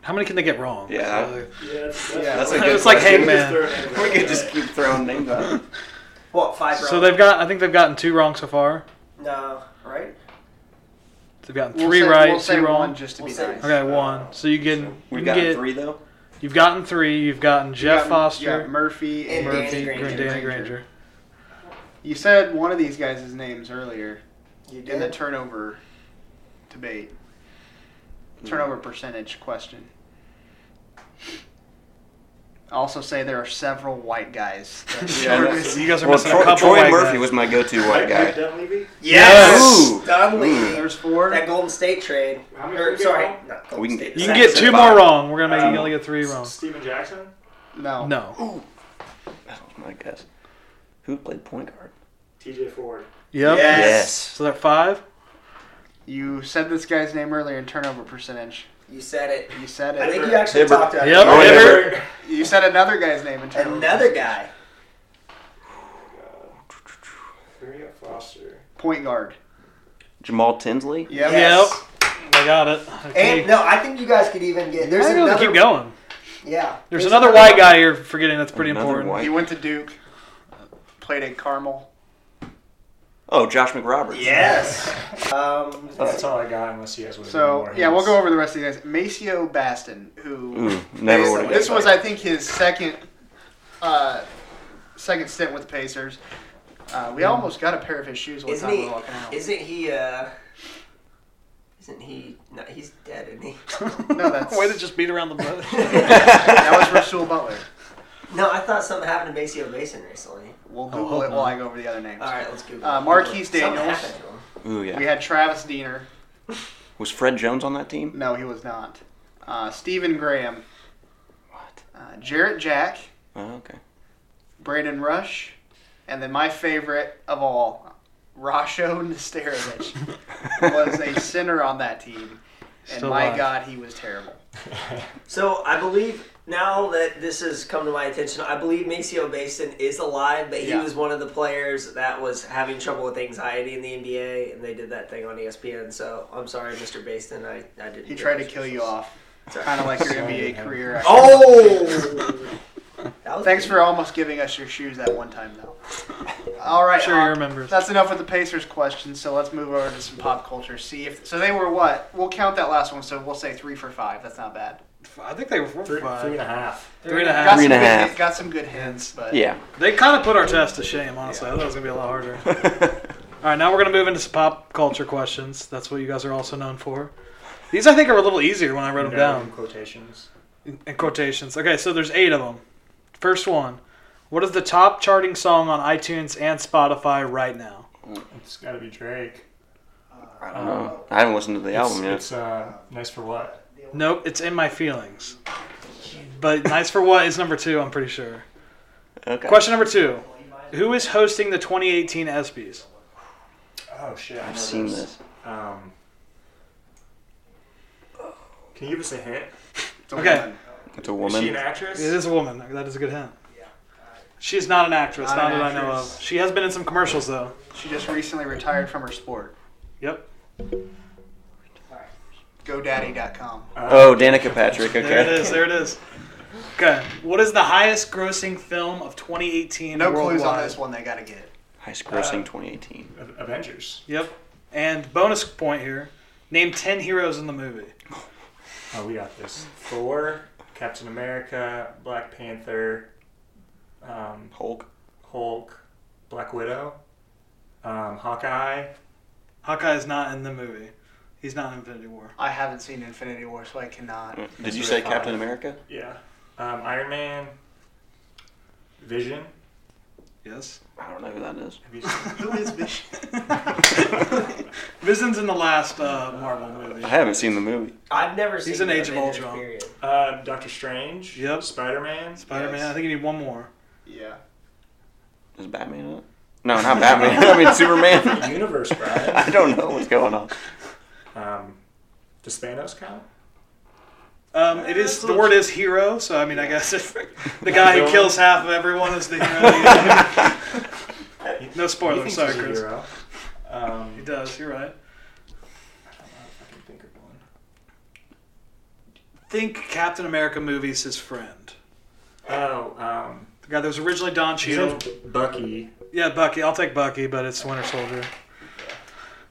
S6: How many can they get wrong?
S9: Yeah.
S6: So-
S8: Yeah, that's,
S5: Yeah.
S9: That's
S6: [LAUGHS]
S9: a
S6: It's
S9: good
S6: like
S9: question.
S6: Hangman.
S9: [LAUGHS] We could just keep throwing
S6: [LAUGHS]
S9: names out.
S7: What five?
S6: So
S7: rounds?
S6: they've got. I think they've gotten two wrong so far.
S7: no right.
S6: They've gotten
S5: We'll
S6: 3
S5: say-
S6: right,
S5: We'll say
S6: two wrong.
S5: one just uh, to
S7: We'll
S5: be
S7: say-
S5: nice.
S6: Okay, one. So you can.
S9: We've
S6: you
S9: got
S6: can get,
S9: three though.
S6: You've gotten three. You've gotten Jeff
S5: Yeah,
S6: Foster,
S5: yeah, Murphy,
S7: And
S5: and
S6: Murphy,
S7: Danny Granger.
S6: Danny Granger.
S5: You said one of these guys' names earlier
S7: You
S5: in
S7: did.
S5: the turnover debate,
S7: Hmm.
S5: turnover percentage question. Also, say there are several white guys. that-
S9: Yeah,
S6: Troy- you guys are
S9: Well,
S6: missing
S9: Troy,
S6: a couple
S9: Troy
S6: white
S9: Murphy
S6: guys.
S9: was my go-to white guy.
S8: Dunleavy?
S7: yes.
S9: Ooh.
S7: Dunleavy.
S5: There's four.
S7: That Golden State trade.
S8: How many
S7: Or,
S8: did we get
S7: sorry.
S8: wrong?
S7: not Golden
S9: We can-
S7: State, the
S6: You can
S7: Saints.
S6: get two
S9: Five.
S6: more wrong. We're gonna make
S8: Um,
S6: you only get three wrong.
S8: Steven Jackson?
S5: No.
S6: No.
S9: That was Oh, my guess. Who played point guard?
S8: TJ Ford.
S6: Yep.
S7: Yes.
S6: So they're five.
S5: You said this guy's name earlier in turnover percentage.
S7: You said it.
S5: You said
S7: I think
S5: it.
S7: you actually
S9: Hibbert.
S7: talked about
S6: Yep.
S9: Troy
S6: Hibbert.
S9: Hibbert.
S5: You said another guy's name in turnover.
S7: Another guy.
S8: Hurry up, Foster.
S5: point guard.
S9: Jamal Tinsley.
S5: Yep.
S7: Yes.
S6: Yep. They got it. Okay.
S7: And no, I think you guys could even get. There's
S6: I think we
S7: another.
S6: keep going.
S7: Yeah.
S6: There's another white guy you're forgetting. That's pretty
S9: Another
S6: important.
S9: white-
S5: He went to Duke. Played at Carmel.
S9: Oh, Josh McRoberts.
S7: [LAUGHS] Yes.
S5: Um,
S8: That's all I got, unless you guys would have
S5: so
S8: more
S5: yeah, we'll
S8: hints.
S5: go over the rest of you guys. Maceo Baston, who
S9: Ooh, Mm, never would have
S5: this was, I think, his second uh, second stint with the Pacers. Uh, we almost got a pair of his shoes one
S7: Isn't
S5: time we
S7: he?
S5: were walking out.
S7: Isn't he? Uh, isn't he? No, he's dead, isn't he?
S5: No, that's
S6: Way to just beat around the bush.
S5: [LAUGHS] that was Rasul Butler.
S7: No, I thought something happened to Maceo Mason recently.
S5: We'll Google it while I go over the other names.
S7: All right, let's Google.
S5: Uh,
S7: it.
S5: Marquise
S7: Something
S5: Daniels.
S7: happened to him.
S9: Ooh, yeah.
S5: We had Travis Diener.
S9: Was Fred Jones on that team?
S5: No, he was not. Uh, Stephen Graham.
S9: What?
S5: Uh, Jarrett Jack.
S9: Oh, okay.
S5: Braden Rush. And then my favorite of all, Rasho Nesterovich, was a center on that team. And
S6: Still
S5: my
S6: alive.
S5: God, he was terrible.
S7: So I believe now that this has come to my attention, I believe Maceo Mason is alive, but he
S5: Yeah.
S7: was one of the players that was having trouble with anxiety in the NBA, and they did that thing on E ESPN. So I'm sorry, Mr. Mason, I, I didn't.
S5: He tried to kill you off, kind of like your NBA career.
S7: Oh. That
S5: [LAUGHS]
S7: was
S5: Thanks for almost giving us your shoes that one time,
S9: [LAUGHS]
S5: though. All right,
S6: Sure he
S5: uh,
S6: remembers.
S5: That's enough with the Pacers questions. So let's move over to some pop culture. See if so. They were what? We'll count that last one. So we'll say three for five. That's not bad.
S6: I think they were four,
S8: Three, three
S6: five.
S8: and a half.
S6: Three and a
S5: Got
S6: half.
S9: Uh, Three
S5: some
S9: and a
S5: good,
S9: half.
S5: hit- Got some good hints, but
S9: [LAUGHS] Yeah.
S6: They kind of put our test to shame, honestly. I thought it was going to be a lot
S9: [LAUGHS]
S6: harder. all right, now we're going to move into some pop culture questions. That's what you guys are also known for. These, I think, are a little easier when I wrote them
S8: No,
S6: down
S8: quotations.
S6: in quotations. Okay, so there's eight of them. First one What is the top charting song on iTunes and Spotify right now?
S8: It's got to be Drake.
S9: I don't know. I haven't listened to the
S8: It's,
S9: album yet.
S8: it's uh, nice for what?
S6: Nope, it's in my feelings. But Nice for What is number two, I'm pretty sure.
S9: okay.
S6: Question number two Who is hosting the 2018 ESPYs?
S8: Oh shit! I
S9: I've
S8: know
S9: seen this.
S8: Um, can you give us a hint?
S5: it's a
S6: Okay.
S5: one.
S9: It's a
S8: Is she an
S9: woman.
S8: actress?
S6: It is a woman. That is a good hint. She's not an actress,
S5: Not
S6: not,
S5: an
S6: that I know
S5: actress.
S6: of. She has been in some commercials, though.
S5: She just recently retired from her sport.
S6: Yep.
S5: GoDaddy.com.
S6: Uh,
S9: Oh, Danica Patrick. Okay.
S6: There it is. There it is. Okay. What is the highest grossing film of 2018
S5: No
S6: worldwide?
S5: clues on this one. They got to get it.
S9: Highest grossing 2018.
S8: A- Avengers.
S6: Yep. And bonus point here name 10 heroes in the movie.
S8: Oh, we got this. Thor, Captain America, Black Panther, um,
S9: Hulk.
S8: Hulk, Black Widow, um, Hawkeye.
S6: Hawkeye is not in the movie, he's not in Infinity War.
S5: I haven't seen Infinity War, so I cannot.
S9: Did you
S8: what
S9: say
S8: I thought.
S9: Captain America?
S8: Yeah. Um, Iron Man, Vision.
S6: Yes.
S9: I don't know who that is.
S8: Have you seen-
S5: [LAUGHS] Who is Vision?
S6: Vision's in the last uh, [LAUGHS] Marvel movie.
S9: I haven't seen the movie.
S7: I've never seen.
S6: He's an
S7: the
S6: Age of
S7: Avengers,
S6: Ultron.
S7: period.
S8: uh, Doctor Strange.
S6: Yep.
S8: Spider Man.
S6: Spider Man,
S5: Yes.
S6: I think you need one more.
S5: Yeah.
S9: Is Batman in it? No, not [LAUGHS] Batman. I mean Superman.
S6: [LAUGHS]
S9: [LAUGHS]
S8: Universe, Brian.
S9: I don't know what's going on. [LAUGHS]
S8: um, does Thanos count?
S6: Um, it is the word is hero, so I mean, I guess
S5: [LAUGHS]
S6: if the guy who kills half of everyone is the hero. no
S8: He
S6: spoilers,
S8: thinks
S6: sorry,
S8: he's a
S6: Chris. [LAUGHS]
S8: hero.
S6: He
S8: Um,
S6: does. You're right.
S8: I can think of one.
S6: Think Captain America movies his friend.
S8: Oh, um,
S6: The guy that was originally Don
S8: his
S6: Cheadle.
S8: name's Bucky.
S6: Yeah, Bucky. I'll take Bucky, but it's Winter Soldier.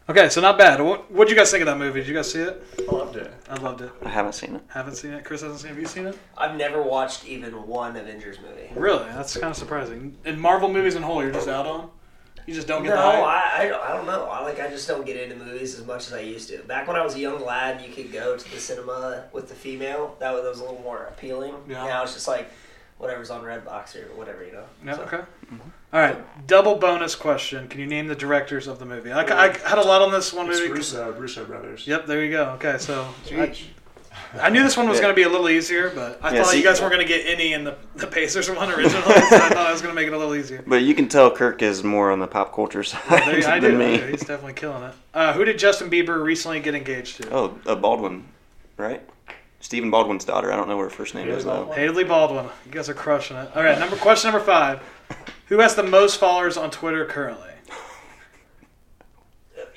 S6: Okay, so not bad. What would you guys think of that movie? Did you guys see it?
S8: I loved it.
S6: I loved it.
S9: I haven't seen it.
S6: Haven't seen it. Chris hasn't seen it. Have you seen it?
S7: I've never watched even one Avengers movie.
S6: Really? That's kind of surprising. And Marvel movies in whole, you're just out on. You just don't get
S7: No,
S6: the hype.
S7: I, I, don't- I don't know. I like I just don't get into movies as much as I used to. Back when I was a young lad, you could go to the cinema with the female. That was, that was a little more appealing.
S6: Yeah.
S7: Now it's just like whatever's on Redbox or whatever, you know.
S6: Yeah, okay.
S9: Mm-hmm.
S6: All right, double bonus question. Can you name the directors of the movie? I, I had a lot on this one
S8: It's
S6: movie.
S8: Russo, Russo brothers.
S6: Yep, there you go. Okay, so I,
S5: Jeez.
S6: I knew this one was
S9: Yeah.
S6: going to be a little easier, but I
S9: Yeah,
S6: thought
S9: see-
S6: you guys weren't going to get any in the, the Pacers one originally, so I thought I was going to make it a little
S9: [LAUGHS]
S6: easier.
S9: But you can tell Kirk is more on the pop culture [LAUGHS] side
S6: There, I
S9: than
S6: did.
S9: me.
S6: He's definitely killing it. Uh, who did Justin Bieber recently get engaged to?
S9: Oh, uh, Baldwin, right? Stephen Baldwin's daughter. I don't know what her first name
S8: Haley
S9: is though.
S8: Baldwin?
S6: Haley Baldwin. You guys are crushing it. All right, number question number five. Who has the most followers on Twitter currently?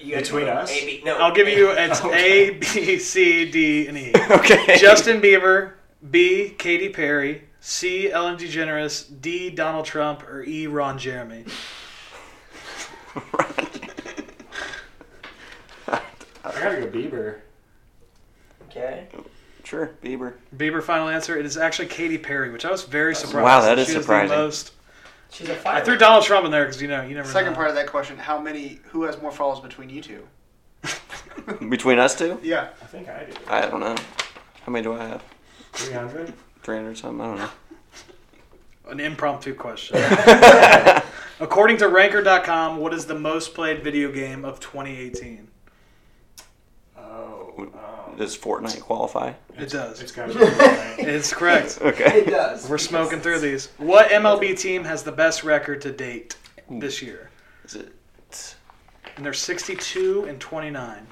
S7: You guys
S8: Between
S7: know,
S8: us?
S7: A, B, no,
S6: I'll give
S7: A- [LAUGHS]
S6: you it's A, B, C, D, and E.
S9: [LAUGHS] Okay.
S6: Justin Bieber, B. Katy Perry, C. Ellen DeGeneres, D. Donald Trump, or E. Ron Jeremy.
S8: I gotta go Bieber.
S7: Okay.
S9: Sure, Bieber.
S6: Bieber final answer. It is actually Katy Perry, which I was very surprised.
S9: Wow, that is
S6: She is the
S9: surprising.
S6: most-
S7: She's a
S6: I
S7: fire.
S6: threw Donald Trump in there because you know you never.
S5: Second
S6: know.
S5: part of that question: How many? Who has more followers between
S6: [LAUGHS]
S5: you two?
S9: Between us two,
S5: Yeah.
S8: I think I do.
S9: I don't know. How many do I have?
S8: 300?
S9: Three hundred something. I don't know.
S6: An impromptu
S9: [LAUGHS]
S6: question. According to Ranker.com, what is the most played video game of 2018?
S8: Oh. um,
S9: Does Fortnite qualify?
S6: It does.
S8: it's gotta be right.
S6: It's correct.
S9: Okay.
S7: It does.
S6: We're smoking through these. What MLB team has the best record to date this year?
S9: Is it?
S6: And they're 62 and 29.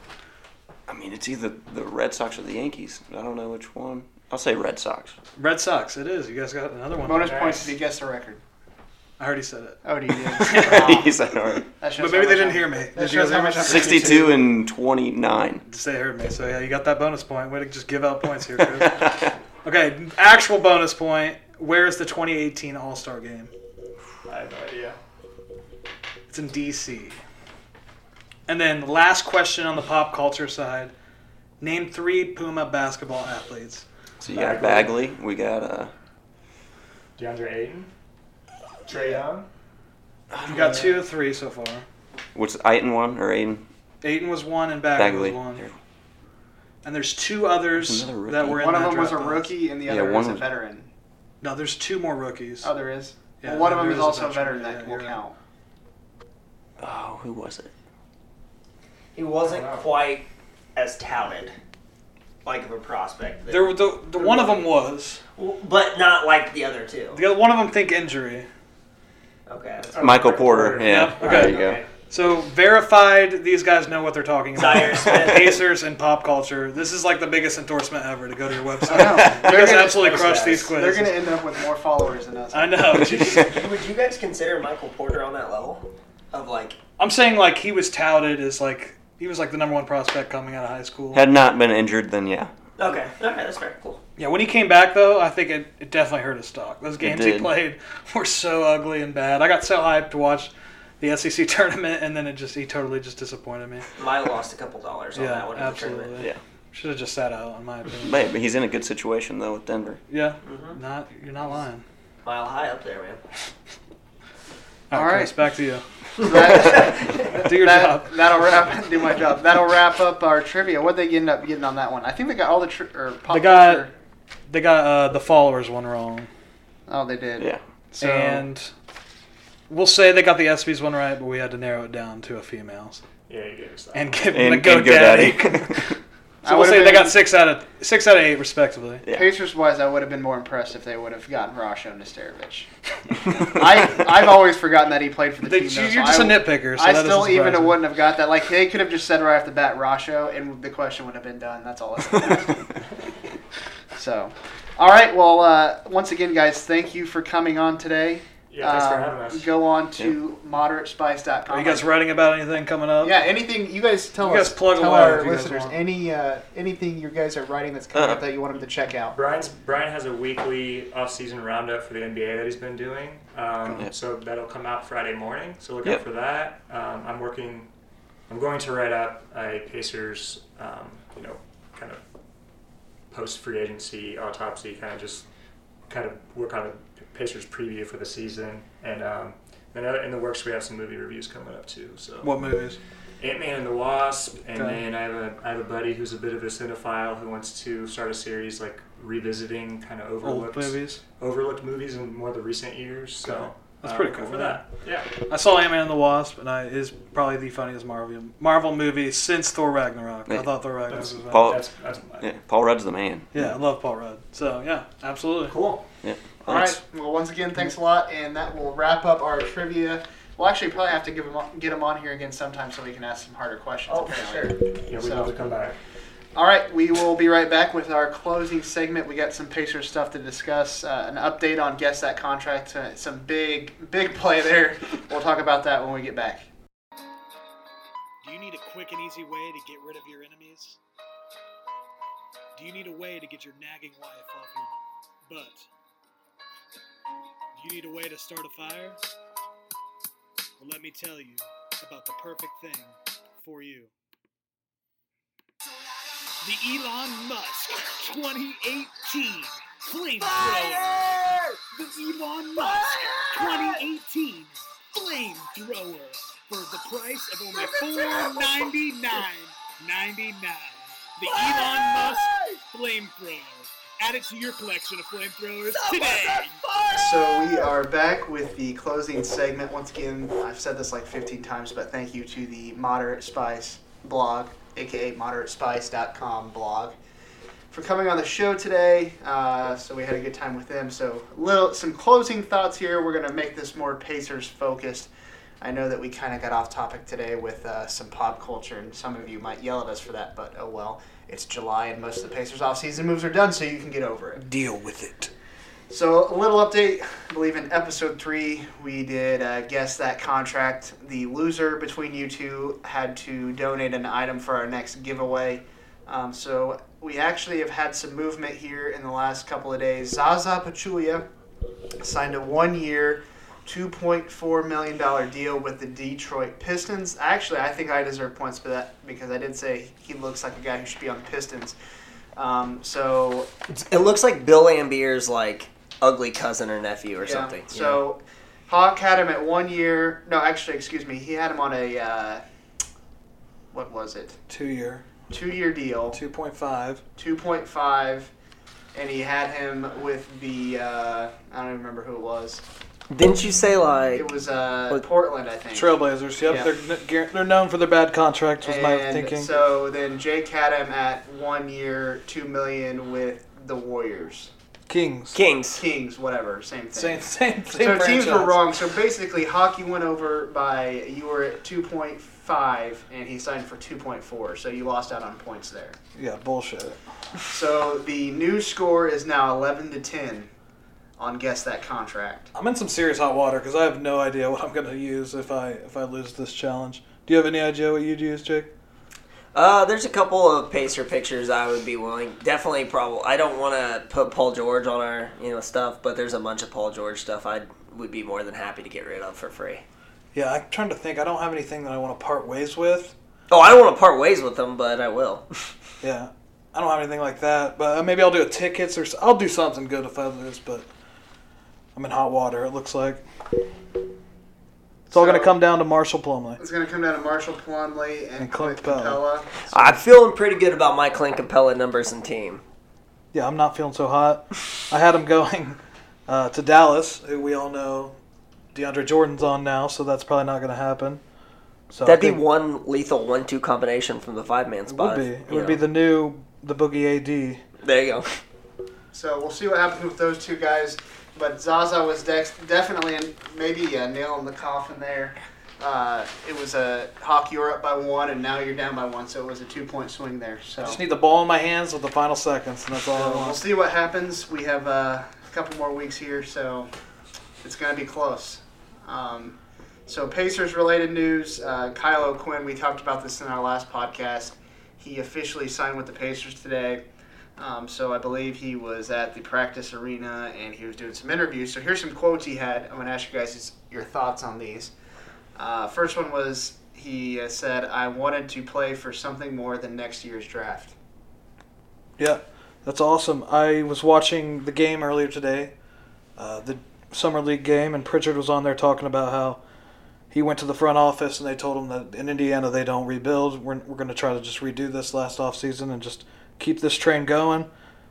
S9: I mean, it's either the Red Sox or the Yankees. I don't know which one. I'll say Red Sox.
S6: Red Sox. It is. You guys got another one.
S5: Bonus
S8: Nice.
S5: points if you guess the record.
S6: I already said it.
S5: Oh,
S6: [LAUGHS]
S5: do you? Did.
S9: He said, all right.
S5: That shows
S6: But maybe they
S5: how much
S6: didn't
S5: I-
S6: hear me.
S5: That
S6: Did you guys
S5: shows how
S6: hear me?
S5: much I appreciate it.
S9: 62 and 29.
S6: [LAUGHS] Just They heard me. So yeah, you got that bonus point. Way to just give out points here. [LAUGHS] Chris. okay, actual bonus point. Where is the 2018 All Star Game?
S8: I have no idea.
S6: It's in DC. And then last question on the pop culture side. Name three Puma basketball athletes.
S9: [LAUGHS] So you got Bagley. We got uh,
S8: DeAndre Ayton? Trey Young?
S6: You got two, three so far.
S9: what's Aiton one or Aiden?
S6: Ayton was one and Bagley,
S9: Bagley.
S6: was one. And there's two others
S9: There's another
S6: that were in
S5: One of
S6: that
S5: them was a
S6: draft class.
S5: rookie, and the
S9: Yeah,
S5: other
S9: one
S5: is a
S9: was-
S5: veteran.
S6: No, there's two more rookies.
S5: Oh, there is.
S6: Yeah,
S5: well, one of
S6: there
S5: them is
S6: is a
S5: also a
S6: veteran.
S5: veteran
S6: Yeah,
S5: that will
S6: you're right.
S5: count.
S9: Oh, who was it?
S7: He wasn't quite as touted, like of a prospect, but,
S6: There were the, the one of them was
S7: but not like the other two.
S6: the other one of them think injury.
S7: Okay.
S9: Michael Porter. Yeah.
S6: Yeah, okay.
S9: There you go.
S7: Okay.
S6: So verified, these guys know what they're talking about. [LAUGHS]
S7: Zaire Smith.
S6: Pacers and pop culture. This is like the biggest endorsement ever to go to your
S5: I know.
S6: website. [LAUGHS] You
S5: They're
S6: guys
S5: gonna-
S6: absolutely
S7: those
S6: crushed
S7: guys.
S6: these
S5: [LAUGHS] They're
S6: quizzes.
S5: going to end up with more followers than us.
S6: I know.
S5: [LAUGHS]
S6: Jesus.
S7: Would you guys consider Michael Porter on that level? Of like,
S6: I'm saying like he was touted as like he was like the number one prospect coming out of high school.
S9: [LAUGHS] Had not been injured, then yeah.
S7: okay, okay, that's fair, cool.
S6: Yeah, when he came back though, I think it, it definitely hurt his stock. Those games he
S9: did.
S6: played [LAUGHS] were so ugly and bad. I got so hyped to watch the SEC [LAUGHS] tournament, and then it just he totally just disappointed me.
S5: Oh,
S7: I lost a couple dollars on
S6: Yeah,
S7: that one in the tournament.
S6: absolutely.
S9: Yeah.
S6: Should have just sat out, in my opinion.
S9: But but he's in a good situation though with Denver. [LAUGHS]
S6: Yeah,
S5: Mm-hmm.
S6: not you're not lying.
S7: Mile high up there, man.
S6: All
S5: right.
S6: right, Chris, back to
S5: [LAUGHS]
S6: you. [LAUGHS]
S5: That,
S6: Do your job.
S5: that, that'll wrap. Do my job. That'll wrap up our trivia. What they end up getting on that one? I think they got all the tri- or pop
S6: They got-
S5: culture.
S6: They got uh, the followers one wrong,
S5: Oh, they did.
S9: Yeah.
S5: So
S6: and we'll say they got the SBs one right, but we had to narrow it down to a females
S8: Yeah, you get excited.
S6: and give
S9: And,
S6: them the
S9: and
S6: GoDaddy.
S5: [LAUGHS]
S9: GoDaddy.
S5: I
S6: so we'll
S5: would've
S6: say they got
S5: been-
S6: six out of six out of eight respectively.
S9: [LAUGHS] Yeah.
S5: Pacers wise, I would have been more impressed if they would have gotten Rasho Nesterovich. I I've always forgotten that he played for the
S6: They-
S5: team. though,
S6: you're
S5: so
S6: just
S5: I,
S6: a nitpicker. So
S5: I
S6: that
S5: still
S6: doesn't
S5: even
S6: surprise me.
S5: wouldn't have got that. Like they could have just said right off the bat Rasho, and the question would have been done. That's all. That's
S6: [LAUGHS]
S5: so, all right. Well, uh, once again, guys, thank you for coming on today.
S8: Yeah, thanks for
S5: Um,
S8: having us.
S5: Go on to moderatespice.com.
S6: Are you guys writing about anything coming up?
S5: Yeah, anything you guys tell
S6: You
S5: us.
S6: guys plug
S5: tell
S6: away
S5: our
S6: if you guys
S5: listeners
S6: want. Uh-huh.
S5: any uh, anything you guys are writing that's coming
S9: Uh.
S5: up that you want them to check out.
S8: Brian's Brian has a weekly off-season roundup for the NBA that he's been doing. Um,
S9: Yep.
S8: So that'll come out Friday morning. So look
S9: Yep.
S8: out for that. Um, I'm working. I'm going to write up a Pacers, um, you know, kind of post-free agency autopsy, kind of just kind of work on a Pacers preview for the season, and um, then other- in the works we have some movie reviews coming up too. So
S6: What movies?
S8: Ant Man and the Wasp, and
S6: Okay.
S8: then I have a I have a buddy who's a bit of a cinephile who wants to start a series like revisiting kind of
S6: Old
S8: overlooked
S6: movies.
S8: overlooked movies in more the recent years. So
S6: That's
S8: uh,
S6: pretty
S8: go
S6: cool.
S8: for that. Yeah,
S6: I saw Ant Man and the Wasp, and I it is probably the funniest Marvel Marvel movie since Thor Ragnarok. I
S9: Yeah.
S6: thought Thor Ragnarok was
S8: That's-
S6: funny.
S9: Paul-
S8: uh, that's that's my
S9: [LAUGHS] yeah. Paul Rudd's the man.
S6: Yeah, I love Paul Rudd. So yeah, absolutely.
S8: cool.
S9: Yeah.
S5: All right. Well, once again, thanks a lot, and that will wrap up our trivia. We'll actually probably have to give 'em on, get them on here again sometime so we can ask some harder questions.
S7: Oh, for
S5: apparently.
S7: sure.
S8: Yeah, we'd
S5: So-
S8: love to come back.
S5: All right, we will be right back with our closing segment. We got some Pacers stuff to discuss, uh, an update on guess that contract, uh, some big big play there. We'll talk about that when we get back.
S4: Do you need a quick and easy way to get rid of your enemies? Do you need a way to get your nagging wife off your butt? Do you need a way to start a fire? Well, let me tell you about the perfect thing for you.
S2: the Elon Musk 2018 flamethrower. The Elon Musk 2018 flamethrower for the price of only $4.99.99. The Elon Musk flamethrower. Add it to your collection of flamethrowers today.
S5: So we are back with the closing segment. Once again, I've said this like 15 times, but thank you to the Moderate Spice blog, aka moderatespice.com blog, for coming on the show today. Uh, so we had a good time with them. So a little some closing thoughts here. We're gonna make this more Pacers focused. I know that we kind of got off topic today with uh, some pop culture, and some of you might yell at us for that, but oh well. It's July, and most of the Pacers offseason moves are done, so you can get over it.
S6: Deal with it.
S5: So a little update. I believe in episode three we did uh, guess that contract. The loser between you two had to donate an item for our next giveaway. Um, so we actually have had some movement here in the last couple of days. Zaza Pachulia signed a one-year, two point four million dollar deal with the Detroit Pistons. Actually, I think I deserve points for that because I did say he looks like a guy who should be on the Pistons. Um, so
S7: It looks like Bill Ambier's like ugly cousin or nephew or
S5: Yeah.
S7: something. you know?
S5: So Hawk had him at one year. No, actually, excuse me. He had him on a uh, what was it?
S6: Two year,
S5: Two year deal,
S6: two point five.
S5: two point five, and he had him with the uh, I don't even remember who it was.
S7: didn't you say like
S5: It was uh,
S7: What-
S5: Portland, I think.
S6: Trailblazers. Yep,
S5: Yeah.
S6: they're they're they're known for their bad contracts. Was my
S5: And
S6: thinking.
S5: So then Jake had him at one year, two million with the Warriors,
S6: Kings.
S7: Kings?
S5: Kings, whatever, same
S6: Same
S5: thing.
S6: same same.
S5: so teams were
S6: franchise.
S5: wrong. So basically, hockey went over by you were at two point five, and he signed for two point four. So you lost out on points there.
S6: Yeah, bullshit.
S5: So the new score is now eleven to ten on guess that contract.
S6: I'm in some serious hot water because I have no idea what I'm gonna use if I if I lose this challenge. Do you have any idea what you'd use, Jake?
S7: Uh, there's a couple of Pacer pictures I would be willing. Definitely, probably. I don't want to put Paul George on our you know stuff, but there's a bunch of Paul George stuff I would be more than happy to get rid of for free.
S6: Yeah, I'm trying to think. I don't have anything that I want to part ways with.
S7: Oh, I don't want to part ways with them, but I will. [LAUGHS]
S6: Yeah, I don't have anything like that. But uh, maybe I'll do a tickets or s- I'll do something good if I lose. But I'm in hot water. It looks like it's all gonna
S5: So-
S6: come down to Marshall Plumley.
S5: It's going to come down to Marshall Plumley and,
S6: And
S5: Clint
S6: Clint
S5: Capella.
S7: I'm feeling pretty good about my Clint Capella numbers and team.
S6: Yeah, I'm not feeling so hot. I had him going [LAUGHS] uh, to Dallas. who We all know DeAndre Jordan's on now, so that's probably not gonna happen. So I
S7: That'd be
S6: think-
S7: one lethal one-two combination from the five-man
S6: It
S7: spot.
S6: would be.
S7: if-
S6: It
S7: you
S6: would be
S7: know.
S6: the new the boogie AD.
S7: There you go.
S5: So we'll see what happens with those two guys. But Zaza was dex- definitely in, maybe a nail in the coffin there. Uh, it was a Hawk, you were up by one, and now you're down by one, so it was a two point swing there. So
S6: I just need the ball in my hands with the final seconds, and that's all I
S5: So we'll
S6: want.
S5: see what happens. We have uh, a couple more weeks here, so it's going to be close. Um, so, Pacers related news uh, Kyle O'Quinn, we talked about this in our last podcast. He officially signed with the Pacers today. Um, so, I believe he was at the practice arena and he was doing some interviews. So, here's some quotes he had. I'm going to ask you guys his- your thoughts on these. Uh, first one was he uh, said, I wanted to play for something more than next year's draft.
S6: Yeah, that's awesome. I was watching the game earlier today, uh, the summer league game, and Pritchard was on there talking about how he went to the front office and they told him that in Indiana they don't rebuild. We're, we're going to try to just redo this last offseason and just keep this train going.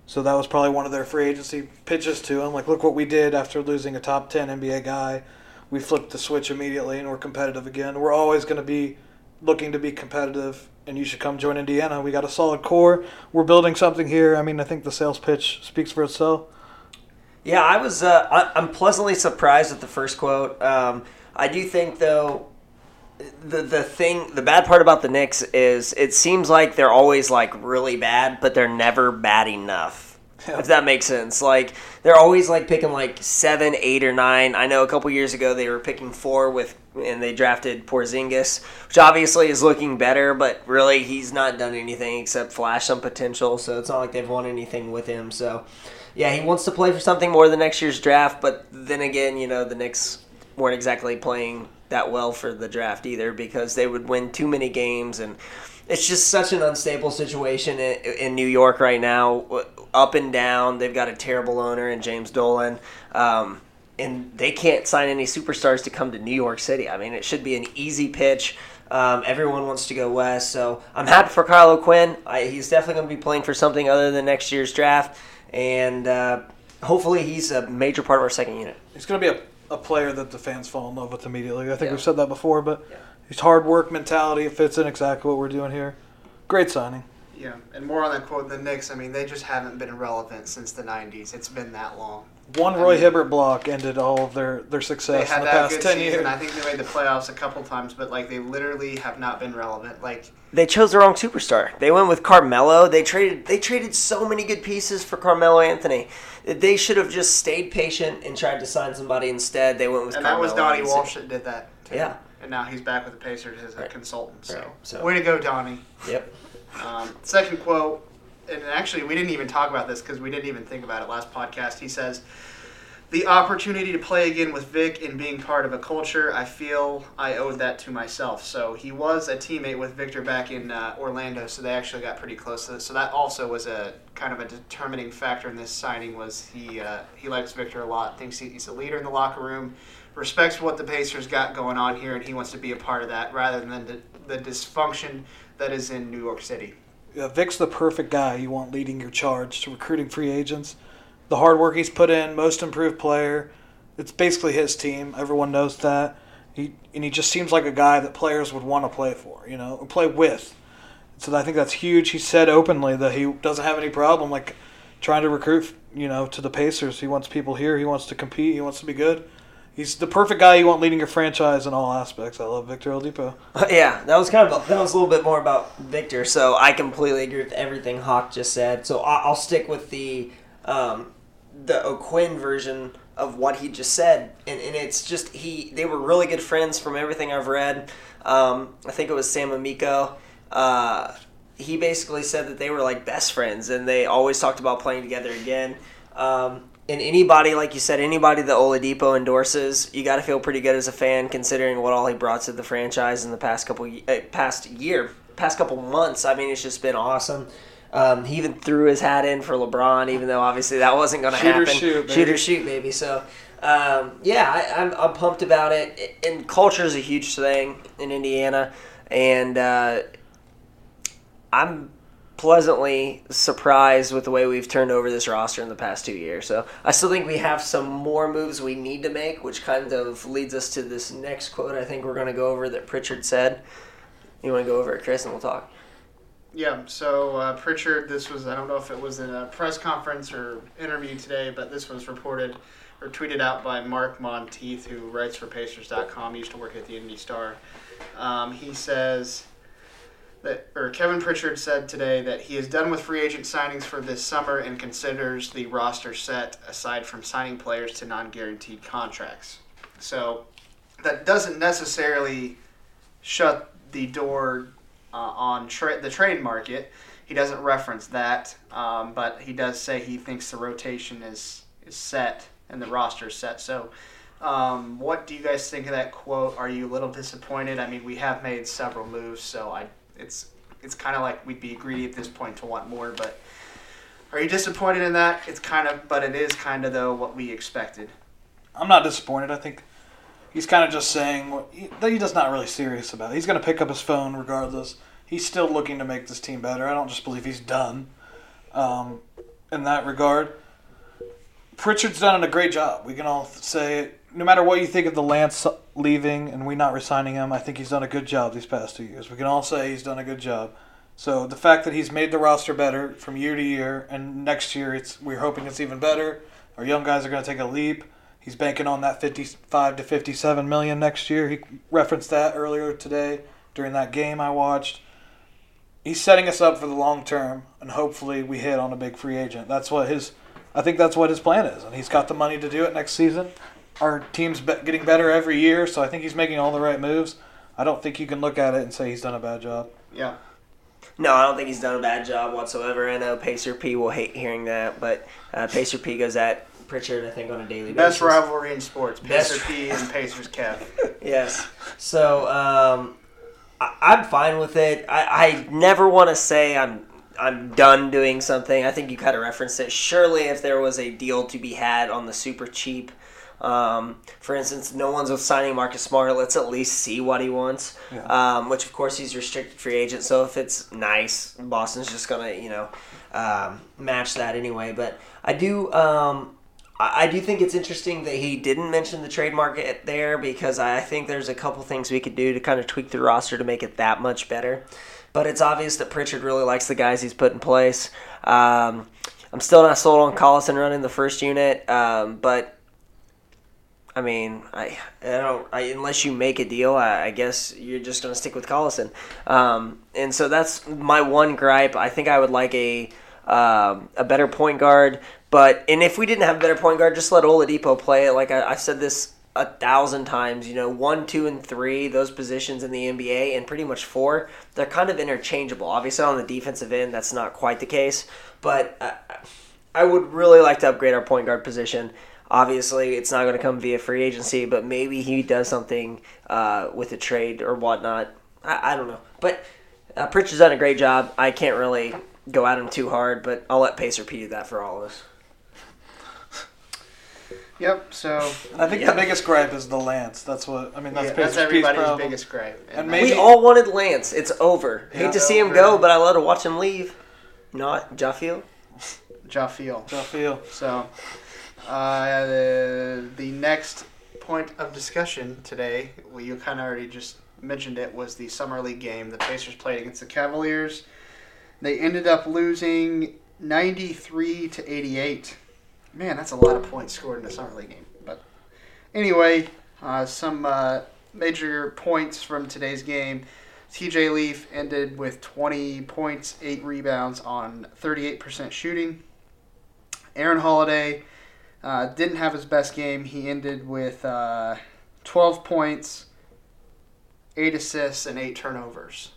S6: So that was probably one of their free agency pitches to him. Like, look what we did after losing a top 10 NBA guy. We flipped the switch immediately and we're competitive again. We're always going to be looking to be competitive, and you should come join Indiana. We got a solid core. We're building something here. I mean, I think the sales pitch speaks for itself.
S7: Yeah, I was. Uh, I, I'm pleasantly surprised with the first quote. Um, I do think though, the the thing, the bad part about the Knicks is it seems like they're always like really bad, but they're never bad enough.
S6: Yeah.
S7: If that makes sense, like they're always like picking like seven, eight, or nine. I know a couple years ago they were picking four with, and they drafted Porzingis, which obviously is looking better, but really he's not done anything except flash some potential. So it's not like they've won anything with him. So yeah, he wants to play for something more than next year's draft, but then again, you know, the Knicks weren't exactly playing that well for the draft either because they would win too many games and it's just such an unstable situation in, in New York right now, w- up and down. They've got a terrible owner in James Dolan, um, and they can't sign any superstars to come to New York City. I mean, it should be an easy pitch. Um, everyone wants to go west, so I'm happy for Kyle O'Quinn. I, he's definitely going to be playing for something other than next year's draft, and uh, hopefully, he's a major part of our second unit.
S6: He's going to be a, a player that the fans fall in love with immediately. I think
S7: Yeah.
S6: we've said that before, but his hard work mentality it fits in exactly what we're doing here. Great signing.
S5: Yeah, and more on that quote than Knicks. I mean, they just haven't been relevant since the '90s. It's been that long.
S6: One
S5: I
S6: Roy
S5: mean-
S6: Hibbert block ended all of their, their
S5: They
S6: success in
S5: had
S6: the
S5: that
S6: past
S5: good
S6: 10
S5: season.
S6: years.
S5: I think they made the playoffs a couple times, but like they literally have not been relevant. Like
S7: they chose the wrong superstar. They went with Carmelo. They traded they traded so many good pieces for Carmelo Anthony. They should have just stayed patient and tried to sign somebody instead. They went with
S5: and that
S7: Carmelo
S5: was Donnie
S7: Anthony.
S5: Walsh that did that. Too.
S7: Yeah.
S5: And now he's back with the Pacers as a consultant. So.
S7: Right, so-
S5: way to go, Donnie.
S7: Yep. [LAUGHS]
S5: Um, second quote, and actually we didn't even talk about this because we didn't even think about it last podcast. He says, "The opportunity to play again with Vic and being part of a culture, I feel I owed that to myself." So he was a teammate with Victor back in uh, Orlando, so they actually got pretty close. To this. So that also was a kind of a determining factor in this signing was he uh, he likes Victor a lot, thinks he, he's a leader in the locker room. Respects what the Pacers got going on here, and he wants to be a part of that rather than the, the dysfunction that is in New York City.
S6: Yeah, uh, Vic's the perfect guy you want leading your charge to recruiting free agents. The hard work he's put in, most improved player. It's basically his team. Everyone knows that. He and he just seems like a guy that players would want to play for, you know, or play with. So I think that's huge. He said openly that he doesn't have any problem like trying to recruit, you know, to the Pacers. He wants people here. He wants to compete. He wants to be good. He's the perfect guy you want leading your franchise in all aspects. I love Victor Oladipo.
S7: Yeah, that was kind of a, that was a little bit more about Victor. So I completely agree with everything Hawk just said. So I- I'll stick with the um, the O'Quinn version of what he just said, and, and it's just he they were really good friends from everything I've read. Um, I think it was Sam Amico. Uh, he basically said that they were like best friends, and they always talked about playing together again. Um, and anybody, like you said, anybody that Oladipo endorses, you got to feel pretty good as a fan, considering what all he brought to the franchise in the past couple ye- uh, past year, past couple months. I mean, it's just been awesome. Um, he even threw his hat in for LeBron, even though obviously that wasn't going to
S6: Shoot or
S7: happen.
S6: shoot, baby.
S7: Shoot or shoot, baby. So, um, yeah, I, I'm, I'm pumped about it. And culture is a huge thing in Indiana, and uh, I'm pleasantly surprised with the way we've turned over this roster in the past two years. So I still think we have some more moves we need to make, which kind of leads us to this next quote I think we're going to go over that Pritchard said. You want to go over it, Chris, and we'll talk.
S5: Yeah, so uh, Pritchard, this was, I don't know if it was in a press conference or interview today, but this was reported or tweeted out by Mark Monteith, who writes for Pacers.com. He used to work at the Indy Star. Um, he says that, or Kevin Pritchard said today that he is done with free agent signings for this summer and considers the roster set aside from signing players to non guaranteed contracts. So that doesn't necessarily shut the door uh, on tra- the trade market. He doesn't reference that, um, but he does say he thinks the rotation is, is set and the roster is set. So, um, what do you guys think of that quote? Are you a little disappointed? I mean, we have made several moves, so I it's it's kind of like we'd be greedy at this point to want more. But are you disappointed in that? It's kind of, but it is kind of though what we expected.
S6: I'm not disappointed. I think he's kind of just saying what he, that he's just not really serious about. it. He's going to pick up his phone regardless. He's still looking to make this team better. I don't just believe he's done um, in that regard. Pritchard's done a great job. We can all say it. No matter what you think of the Lance leaving and we not resigning him, I think he's done a good job these past two years. We can all say he's done a good job. So the fact that he's made the roster better from year to year, and next year it's we're hoping it's even better. Our young guys are going to take a leap. He's banking on that 55 to 57 million next year. He referenced that earlier today during that game I watched. He's setting us up for the long term, and hopefully we hit on a big free agent. That's what his, I think that's what his plan is, and he's got the money to do it next season. Our team's be- getting better every year, so I think he's making all the right moves. I don't think you can look at it and say he's done a bad job.
S5: Yeah.
S7: No, I don't think he's done a bad job whatsoever. I know Pacer P will hate hearing that, but uh, Pacer P goes at Pritchard, I think, on a daily
S5: Best
S7: basis.
S5: rivalry in sports,
S7: Best-
S5: Pacer P and Pacers Kev.
S7: Yes. So, um, I, I'm fine with it. I, I never want to say I'm I'm done doing something. I think you kind of referenced it. Surely, if there was a deal to be had on the super cheap, um, for instance, no one's signing Marcus Smart. Let's at least see what he wants. Um, which, of course, he's restricted free agent. So if it's nice, Boston's just gonna you know um, match that anyway. But I do. Um, I I do think it's interesting that he didn't mention the trade market there because I think there's a couple things we could do to kind of tweak the roster to make it that much better. But it's obvious that Pritchard really likes the guys he's put in place. Um, I'm still not sold on Collison running the first unit, um, but I mean, I, I don't. I, unless you make a deal, I, I guess you're just going to stick with Collison. Um, and so that's my one gripe. I think I would like a um, a better point guard. But and if we didn't have a better point guard, just let Oladipo play it. Like I, I've said this a thousand times, you know, one, two, and three, those positions in the NBA, and pretty much four, they're kind of interchangeable. Obviously, on the defensive end, that's not quite the case. But uh, I would really like to upgrade our point guard position. Obviously, it's not going to come via free agency, but maybe he does something uh, with a trade or whatnot. I, I don't know. But uh, Pritchard's done a great job. I can't really go at him too hard, but I'll let Pacer P do that for all of us.
S5: [LAUGHS] Yep. So
S6: I think
S7: Yeah.
S6: the biggest gripe is the Lance. That's what I mean. That's,
S5: yeah,
S6: Pacers'
S5: that's
S6: piece
S5: everybody's
S6: problem.
S5: biggest gripe.
S6: And
S5: that's-
S7: We
S6: Maybe-
S7: all wanted Lance. It's over. Hate
S6: Yeah.
S7: to see him go, but I love to watch him leave. Not Jaffield.
S5: Jafiel.
S6: I feel.
S5: So uh, the, the next point of discussion today, well, you kind of already just mentioned it, was the summer league game the Pacers played against the Cavaliers. They ended up losing 93 to 88. Man, that's a lot of points scored in a summer league game. But anyway, uh, some uh, major points from today's game. TJ Leaf ended with 20 points, 8 rebounds on 38% shooting. Aaron Holiday uh, didn't have his best game. He ended with uh, 12 points, 8 assists, and 8 turnovers.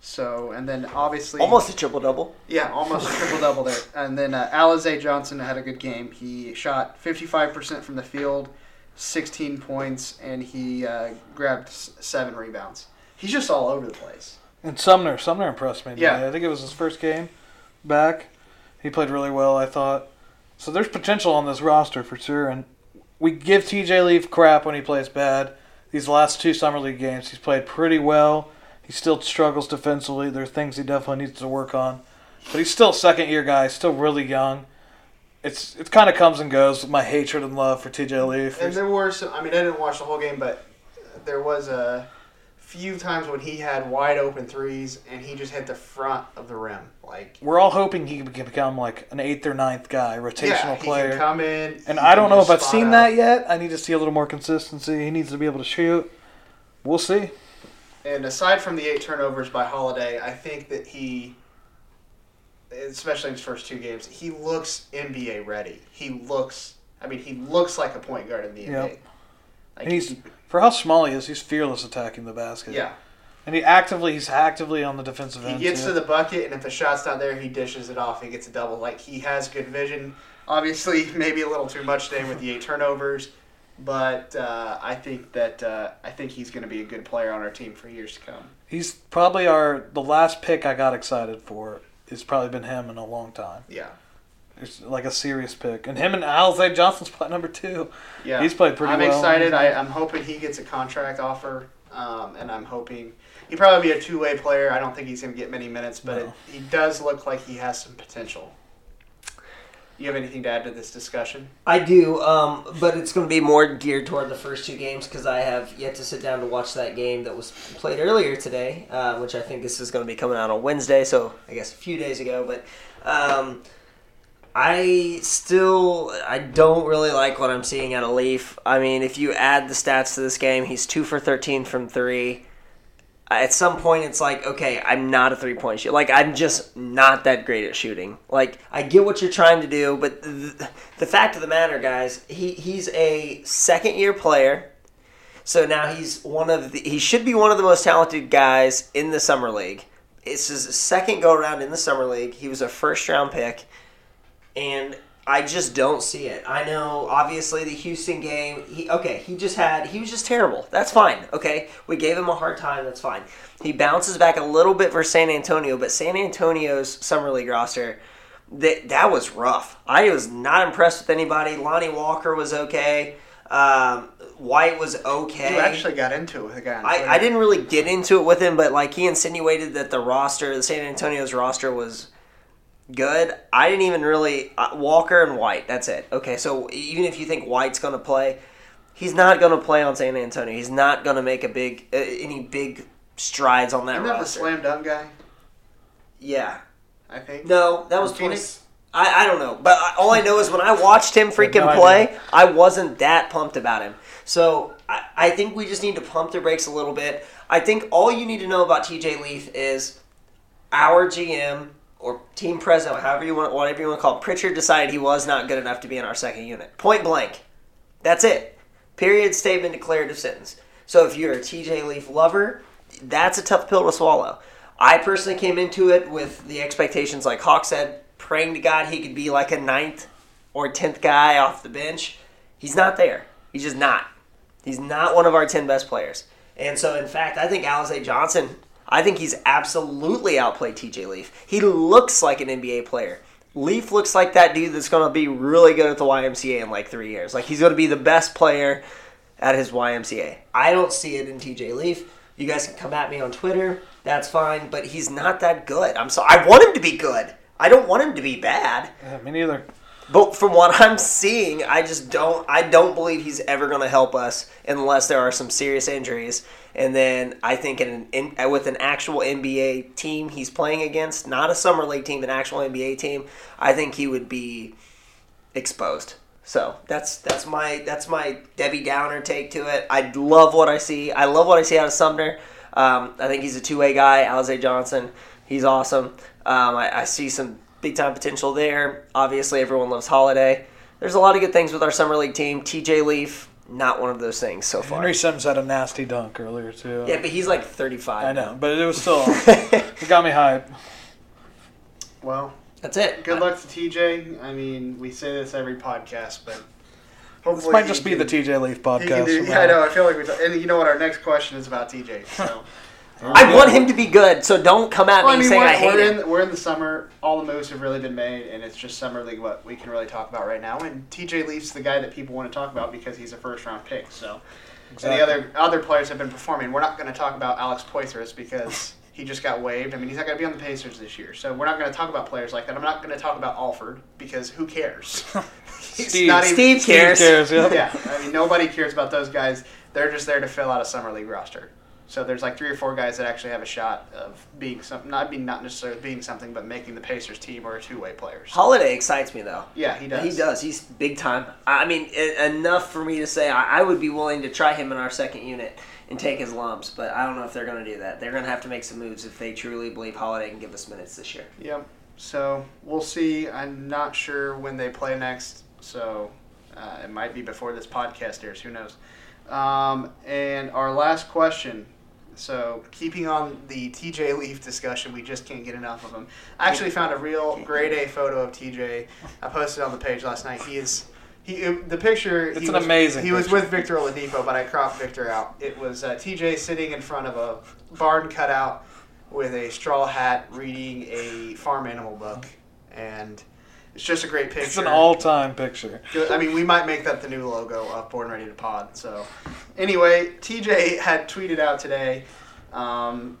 S5: So, and then obviously.
S7: Almost a triple double.
S5: Yeah, almost a triple double there. And then uh, Alize Johnson had a good game. He shot 55% from the field, 16 points, and he uh, grabbed s- seven rebounds. He's just all over the place.
S6: And Sumner, Sumner impressed me. today.
S5: Yeah.
S6: I think it was his first game back. He played really well, I thought. So there's potential on this roster for sure. And we give TJ Leaf crap when he plays bad. These last two summer league games, he's played pretty well. He still struggles defensively. There are things he definitely needs to work on. But he's still a second year guy. He's still really young. It's it kind of comes and goes. with My hatred and love for TJ Leaf.
S5: And there were some, I mean, I didn't watch the whole game, but there was a few times when he had wide open threes and he just hit the front of the rim. Like,
S6: We're all hoping he can become like an eighth or ninth guy, rotational
S5: yeah, he
S6: player.
S5: can come in.
S6: And
S5: he
S6: I don't
S5: can
S6: know if I've
S5: just spot
S6: seen
S5: out.
S6: that yet. I need to see a little more consistency. He needs to be able to shoot. We'll see.
S5: And aside from the eight turnovers by Holiday, I think that he, especially in his first two games, he looks NBA ready. He looks, I mean, he looks like a point guard in the NBA.
S6: Yep.
S5: Like
S6: And he's
S5: he-
S6: for how small he is, he's fearless attacking the basket.
S5: yeah,
S6: And he actively he's actively on the defensive
S5: he
S6: end.
S5: gets
S6: too.
S5: to the bucket, and if the shot's not there, he dishes it off. He gets a double. Like he has good vision. Obviously, [LAUGHS] maybe a little too much today with the eight turnovers, but uh, I think that uh, I think he's going to be a good player on our team for years to come.
S6: he's probably our the last pick I got excited for. It's probably been him in a long time.
S5: Yeah,
S6: It's like a serious pick. And him and Alize Johnson's spot number two.
S5: Yeah,
S6: He's played pretty
S5: I'm
S6: well.
S5: excited. I, I'm hoping he gets a contract offer, um, and I'm hoping he probably be a two way player. I don't think he's going to get many minutes, but it,
S6: No.
S5: he does look like he has some potential. You have anything to add to this discussion?
S7: I do, um, but it's going to be more geared toward the first two games because I have yet to sit down to watch that game that was played earlier today, uh, which I think this is going to be coming out on Wednesday, so I guess a few days ago. But um, I still I don't really like what I'm seeing out of Leaf. I mean, if you add the stats to this game, he's two for thirteen from three. At some point, it's like, okay, I'm not a three point shooter. Like, I'm just not that great at shooting. Like, I get what you're trying to do, but th- the fact of the matter, guys, he, he's a second year player. So now he's one of the he should be one of the most talented guys in the summer league. It's his second go around in the summer league. He was a first round pick, and I just don't see it. I know, obviously, the Houston game. He, okay, he just had. He was just terrible. That's fine. Okay, we gave him a hard time. That's fine. He bounces back a little bit versus San Antonio, but San Antonio's summer league roster. That that was rough. I was not impressed with anybody. Lonnie Walker was okay. Um, White was okay.
S5: You actually got into it with a guy. on Twitter.
S7: I, I didn't really get into it with him, but like he insinuated that the roster, the San Antonio's roster was good. I didn't even really uh, Walker and White. That's it. Okay, so even if you think White's going to play, he's not going to play on San Antonio. He's not going to make a big uh, any big strides on that
S5: Isn't that the
S7: roster.
S5: slam dunk guy?
S7: yeah.
S5: I think.
S7: No, that
S5: From
S7: was twenty.
S5: Phoenix?
S7: I, I don't know, but I, all I know is when I watched him freaking
S6: no
S7: play, I wasn't that pumped about him. So I, I think we just need to pump the brakes a little bit. I think all you need to know about TJ Leaf is our GM or team president, however you want, whatever you want to call it, Pritchard decided he was not good enough to be in our second unit. Point blank. That's it. Period statement declarative sentence. So if you're a TJ Leaf lover, that's a tough pill to swallow. I personally came into it with the expectations, like Hawk said, praying to God he could be like a ninth or tenth guy off the bench. He's not there. He's just not. He's not one of our 10 best players. And so, in fact, I think Alize Johnson, I think he's absolutely outplayed TJ Leaf. He looks like an NBA player. Leaf looks like that dude that's going to be really good at the YMCA in like three years. Like, he's going to be the best player at his YMCA. I don't see it in TJ Leaf. You guys can come at me on Twitter. That's fine, but he's not that good. I'm sorry. I want him to be good. I don't want him to be bad.
S6: Yeah, me neither.
S7: But from what [LAUGHS] I'm seeing, I just don't. I don't believe he's ever going to help us unless there are some serious injuries. And then I think in, in uh, with an actual NBA team he's playing against, not a summer league team, an actual NBA team, I think he would be exposed. So that's that's my that's my Debbie Downer take to it. I love what I see. I love what I see out of Sumner. Um, I think he's a two way guy. Alize Johnson, he's awesome. Um, I, I see some big time potential there. Obviously, everyone loves Holiday. There's a lot of good things with our summer league team. TJ Leaf, not one of those things so far.
S6: Henry Sims had a nasty dunk earlier too.
S7: yeah, but he's like 35.
S6: I know, but it was
S7: [LAUGHS]
S6: still it got me hype.
S5: Well,
S7: That's it.
S5: good luck to TJ. I mean, we say this every podcast, but hopefully
S6: This might
S5: he
S6: just be
S5: can-
S6: the TJ Leaf
S5: he can
S6: podcast.
S5: do-
S6: from
S5: [LAUGHS] yeah, I
S6: now
S5: know.
S6: on.
S5: I feel like we. Talk, and you know what? Our next question is about TJ. So.
S7: I want him to be good, so don't come at me
S5: Well, I mean,
S7: saying
S5: we're,
S7: I hate
S5: we're
S7: him.
S5: in we're in the summer. All the moves have really been made, and it's just summer league what we can really talk about right now. And TJ Leaf's the guy that people want to talk about because he's a first round pick. So,
S6: Exactly.
S5: and the other other players have been performing. We're not going to talk about Alex Poitras because he just got waived. I mean, he's not going to be on the Pacers this year. So we're not going to talk about players like that. I'm not going to talk about Alford because who cares? He's
S6: Steve.
S5: not even-
S7: Steve cares.
S6: Who cares, yep.
S5: yeah, I mean, nobody cares about those guys. They're just there to fill out a summer league roster. So there's like three or four guys that actually have a shot of being something, not being not necessarily being something, but making the Pacers team or a two way player. So,
S7: Holiday excites me, though.
S5: yeah, he does.
S7: He does. He's big time. I mean, e- enough for me to say I, I would be willing to try him in our second unit and take his lumps, but I don't know if they're going to do that. They're going to have to make some moves if they truly believe Holiday can give us minutes this year.
S5: Yep. So we'll see. I'm not sure when they play next. So uh, it might be before this podcast airs. Who knows? Um, and our last question. So keeping on the TJ Leaf discussion, we just can't get enough of him. I actually found a real grade A photo of TJ. I posted it on the page last night. He is. He, um, the picture.
S6: It's
S5: he
S6: an
S5: was-
S6: amazing
S5: He was
S6: picture.
S5: with Victor Oladipo, but I cropped Victor out. It was uh, TJ sitting in front of a barn cutout with a straw hat reading a farm animal book, and it's just a great picture.
S6: It's an all-time picture.
S5: Good- I mean, we might make that the new logo of Born Ready to Pod. So, anyway, TJ had tweeted out today. Um,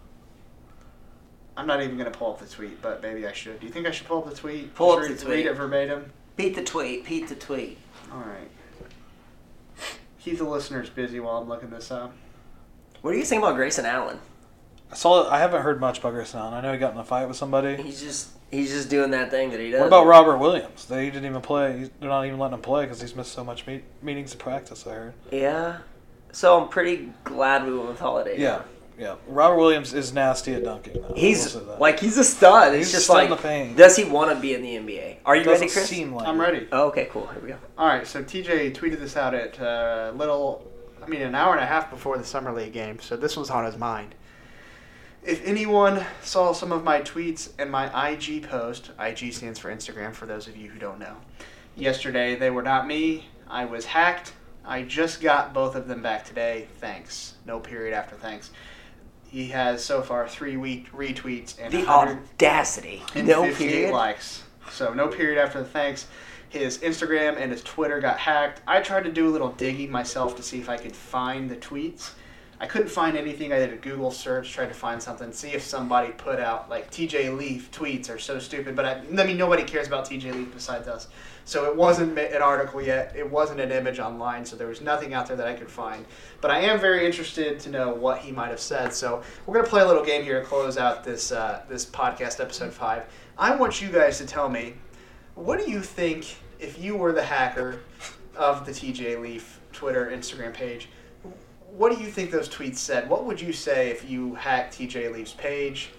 S5: I'm not even going to pull up the tweet, but maybe I should. Do you think I should pull up the tweet?
S7: Pull up
S5: Should we
S7: the tweet.
S5: Read it verbatim.
S7: Beat the tweet. Beat the tweet.
S5: All right. Keep the listeners busy while I'm looking this up.
S7: What do you think about Grayson Allen?
S6: I saw. I haven't heard much about Grayson Allen. I know he got in a fight with somebody.
S7: He's just he's just doing that thing that he does.
S6: What about Robert Williams? They didn't even play. He's- They're not even letting him play because he's missed so much meet, meetings and practice. I heard.
S7: Yeah. So I'm pretty glad we went with Holiday.
S6: Yeah, yeah. Robert Williams is nasty at dunking. Though. I will
S7: He's
S6: say that.
S7: like he's a stud. It's
S6: He's
S7: just
S6: still in
S7: like
S6: the paint.
S7: does he want to be in the NBA? Are you ready,
S6: doesn't
S7: Chris?
S6: seem like.
S5: I'm
S6: it.
S5: ready.
S7: Oh, okay, cool. Here we go.
S5: All right, so TJ tweeted this out at uh, little, I mean, an hour and a half before the summer league game, so this was on his mind. If anyone saw some of my tweets and my IG post, IG stands for Instagram for those of you who don't know. yesterday. They were not me. I was hacked. I just got both of them back today. Thanks. No period after thanks. He has so far three week retweets and
S10: The
S5: 100
S10: audacity.
S5: and
S10: No
S5: 58
S10: period.
S5: likes. So no period after the thanks. His Instagram and his Twitter got hacked. I tried to do a little digging myself to see if I could find the tweets. I couldn't find anything. I did a Google search, tried to find something, see if somebody put out like TJ Leaf tweets are so stupid. But I, I mean, nobody cares about TJ Leaf besides us. So it wasn't an article yet. It wasn't an image online. So there was nothing out there that I could find. But I am very interested to know what he might have said. So we're gonna play a little game here to close out this uh, this podcast episode five. I want you guys to tell me what do you think if you were the hacker of the TJ Leaf Twitter Instagram page? What do you think those tweets said? What would you say if you hacked TJ Leaf's page?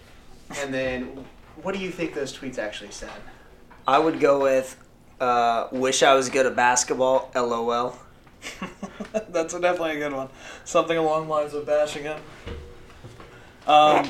S5: And then, what do you think those tweets actually said?
S7: I would go with uh, "Wish I was good at basketball." LOL.
S6: That's definitely a good one. Something along the lines of bashing him. Um,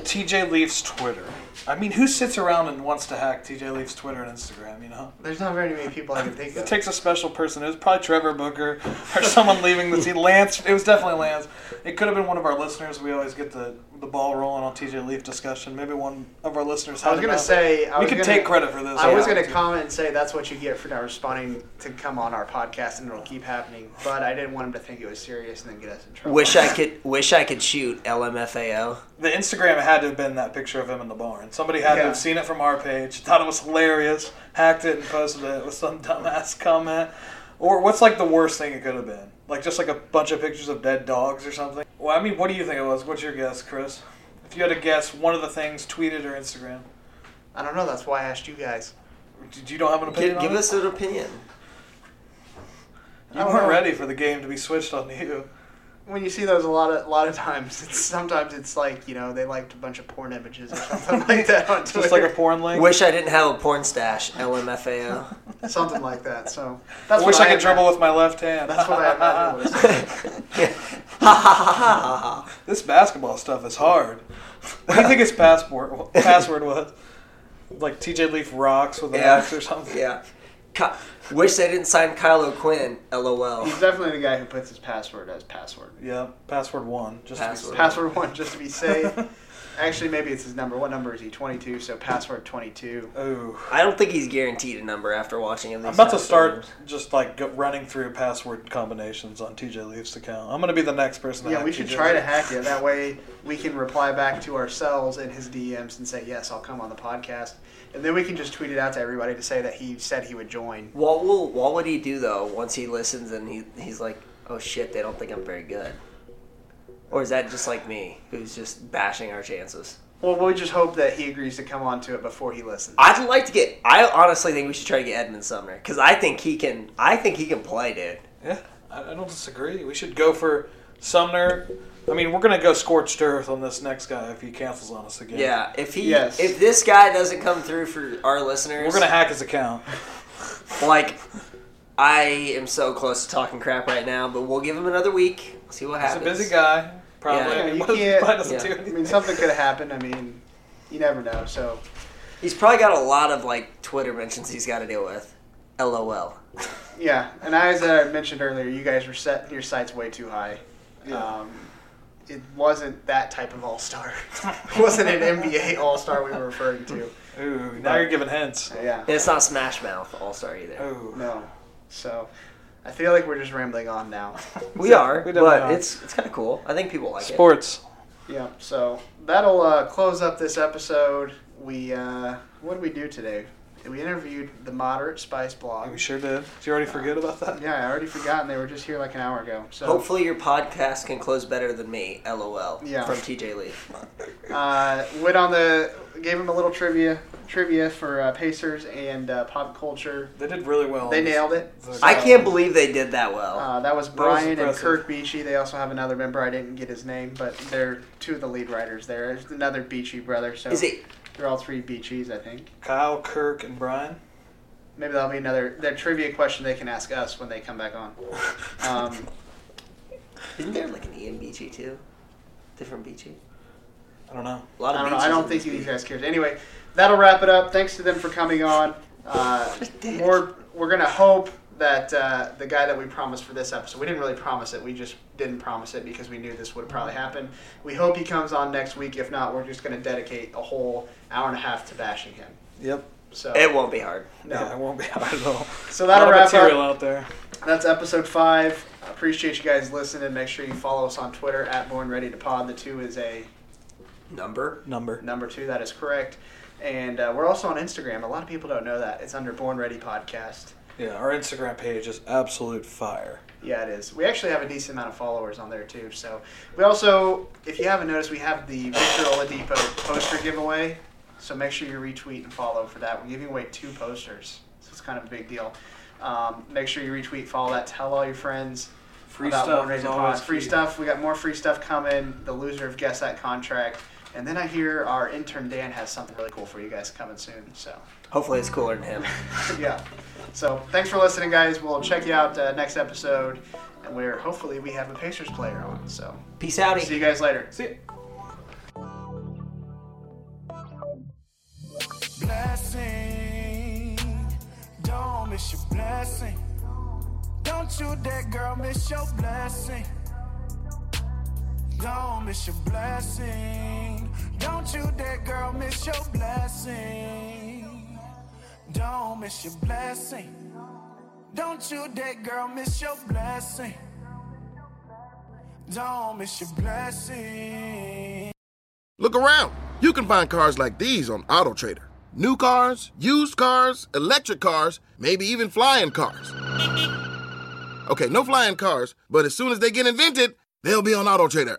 S6: TJ Leaf's Twitter. I mean, who sits around and wants to hack TJ Leaf's Twitter and Instagram, you know?
S5: There's not very many people I can think
S6: It
S5: of.
S6: takes a special person. It was probably Trevor Booker or someone leaving the team. Lance. It was definitely Lance. It could have been one of our listeners. We always get the, the ball rolling on TJ Leaf discussion. Maybe one of our listeners.
S5: I was
S6: had
S5: gonna
S6: enough.
S5: say I
S6: we
S5: was
S6: could
S5: gonna-
S6: take credit for this.
S5: I was
S6: Yeah.
S5: going to comment and say that's what you get for not responding to come on our podcast, and it'll keep happening. But I didn't want him to think it was serious and then get us in trouble.
S7: Wish I could. Wish I could shoot. LMFAO.
S6: the Instagram had to have been that picture of him in the barn. Somebody had to
S5: Yeah.
S6: have seen it from our page, thought it was hilarious, hacked it and posted it with some [LAUGHS] dumbass comment. Or what's like the worst thing it could have been? Like just like a bunch of pictures of dead dogs or something. Well, I mean, what do you think it was? What's your guess, Chris? If you had to guess one of the things tweeted or Instagram,
S5: I don't know. That's why I asked you guys.
S6: did you don't have an opinion?
S7: Give,
S6: on
S7: give
S6: it?
S7: us an opinion.
S6: You
S5: I don't
S6: weren't
S5: know.
S6: ready for the game to be switched on you.
S5: When you see those a lot of a lot of times, [LAUGHS] it's, sometimes it's like you know they liked a bunch of porn images or [LAUGHS] something like that on Twitter,
S6: [LAUGHS] Just like a porn link.
S7: Wish I didn't have a porn stash. LMFAO.
S5: something like that. So that's
S6: wish
S5: what
S6: I could dribble with
S5: imagine-
S6: my left hand.
S5: That's what
S6: [LAUGHS]
S5: I imagine. it was.
S6: This basketball stuff is hard. What do you think his
S7: [LAUGHS]
S6: passport password was? Like TJ Leaf rocks with an
S7: Yeah.
S6: X or something.
S7: yeah. Ki- wish they didn't sign Kylo Quinn. LOL.
S5: He's definitely the guy who puts his password as password.
S6: Yeah, password one. Just
S7: Password.
S6: To
S5: Password one, just to
S6: [LAUGHS]
S5: be safe. Actually, maybe it's his number. What number is he? Twenty-two. So password twenty-two.
S6: be, ooh.
S7: I don't think he's guaranteed a number after watching him.
S6: I'm about to start just like go, running through password combinations on TJ Leaf's account. I'm gonna be the next person. To
S5: Yeah,
S6: hack
S5: we should
S6: TJ
S5: try to
S6: Leaf.
S5: hack it. That way we can reply back to ourselves in his DMs and say, yes, I'll come on the podcast. And then we can just tweet it out to everybody to say that he said he would join.
S7: What will what would he do though once he listens and he he's like, oh shit, they don't think I'm very good, or is that just like me who's just bashing our chances?
S5: Well, we just hope that he agrees to come on to it before he listens.
S7: [LAUGHS] I'd like to get. I honestly think we should try to get Edmund Sumner because I think he can. I think he can play, dude.
S6: [LAUGHS] Yeah, I, I don't disagree. We should go for Sumner. I mean, we're gonna go scorched earth on this next guy if he cancels on us again.
S7: Yeah, if he
S5: Yes.
S7: if this guy doesn't come through for our listeners,
S6: We're gonna hack his account.
S7: like. I am so close to talking crap right now, but we'll give him another week. See what
S6: He's a
S7: happens.
S6: busy guy. Probably. [LAUGHS]
S7: Yeah,
S6: I mean,
S5: you
S6: what- he
S5: can't-
S6: probably doesn't
S7: yeah.
S6: do
S5: I
S6: anything.
S5: mean, something could have happened. I mean, you never know. So,
S7: He's probably got a lot of like Twitter mentions he's got to deal with. LOL.
S5: yeah. And as I mentioned earlier, you guys were setting your sights way too high. Um, it wasn't that type of all star. [LAUGHS] it wasn't an NBA all star we were referring to.
S6: Ooh, now you're giving hints.
S5: Yeah.
S7: And it's not Smash Mouth All Star either.
S6: Ooh.
S5: No. So, I feel like we're just rambling on now. [LAUGHS]
S7: We are,
S6: We definitely
S7: but
S6: are.
S7: it's it's kind of cool. I think people like
S6: Sports.
S5: Yeah, so that'll uh, close up this episode. We uh, what did we do today? We interviewed the Moderate Spice blog.
S6: We sure did. Did Oh, you already forget about that?
S5: Yeah, I already forgotten they were just here like an hour ago. So
S7: it. Hopefully, your podcast can close better than me. LOL.
S5: Yeah.
S7: From
S6: [LAUGHS]
S7: TJ Leaf.
S5: uh, went on the gave them a little trivia trivia for uh, Pacers and uh, pop culture.
S6: They did really well.
S5: They nailed it.
S7: I can't believe they did that well.
S5: Uh, that was Brian and
S6: impressive.
S5: Kirk Beachy. They also have another member. I didn't get his name, but they're two of the lead writers there. There's another Beachy brother. So
S7: Is it?
S5: they're all three Beachies, I think.
S6: Kyle, Kirk, and Brian.
S5: Maybe that'll be another their trivia question they can ask us when they come back on. Um,
S7: Isn't there like an Ian Beachy too? Different Beachy.
S6: I don't know.
S7: A lot
S5: I don't
S7: of
S5: know.
S7: Beachys
S5: I
S7: in
S5: don't think
S7: this
S5: you
S7: league.
S5: guys cares. Anyway, that'll wrap it up. Thanks to them for coming on. Uh, we're we're gonna hope that uh, the guy that we promised for this episode, we didn't really promise it. We just didn't promise it because we knew this would probably happen. We hope he comes on next week. If not, we're just gonna dedicate a whole hour and a half to bashing him.
S6: Yep.
S5: So
S7: It won't be hard.
S5: no.
S6: Yeah, it won't be [LAUGHS] out at all.
S5: So that'll
S11: a lot
S5: wrap
S11: of material
S5: up.
S11: out there.
S5: That's episode five. Appreciate you guys listening. Make sure you follow us on Twitter at Born Ready to Pod. The two is a
S7: Number?
S6: Number.
S5: Number two, that is correct. And uh, we're also on Instagram. A lot of people don't know that. It's under Born Ready Podcast.
S6: Yeah, our Instagram page is absolute fire.
S5: Yeah, it is. We actually have a decent amount of followers on there too. So we also, if you haven't noticed, we have the Victor Oladipo poster giveaway. So make sure you retweet and follow for that. We're giving away two posters, so it's kind of a big deal. Um, make sure you retweet, follow that, tell all your friends.
S11: Free
S5: about
S11: stuff
S5: Born Ready
S11: is
S5: to Pod.
S11: always
S5: Free
S11: key.
S5: stuff. We got more free stuff coming. The loser of guess that contract. And then I hear our intern Dan has something really cool for you guys coming soon. So.
S7: Hopefully it's cooler than him.
S5: yeah. So thanks for listening, guys. We'll check you out uh, next episode, and where hopefully we have a Pacers player on. So
S7: Peace outie.
S5: see you guys later.
S11: See ya.
S8: blessing. Don't miss your blessing. Don't you dare, girl, miss your blessing. Don't miss your blessing. Don't you dare, girl, miss your blessing. Don't miss your blessing. Don't you dare, girl, miss your blessing. Don't miss your blessing.
S2: Look around. You can find cars like these on AutoTrader. New cars, used cars, electric cars, maybe even flying cars. Okay, no flying cars, but as soon as they get invented, they'll be on AutoTrader.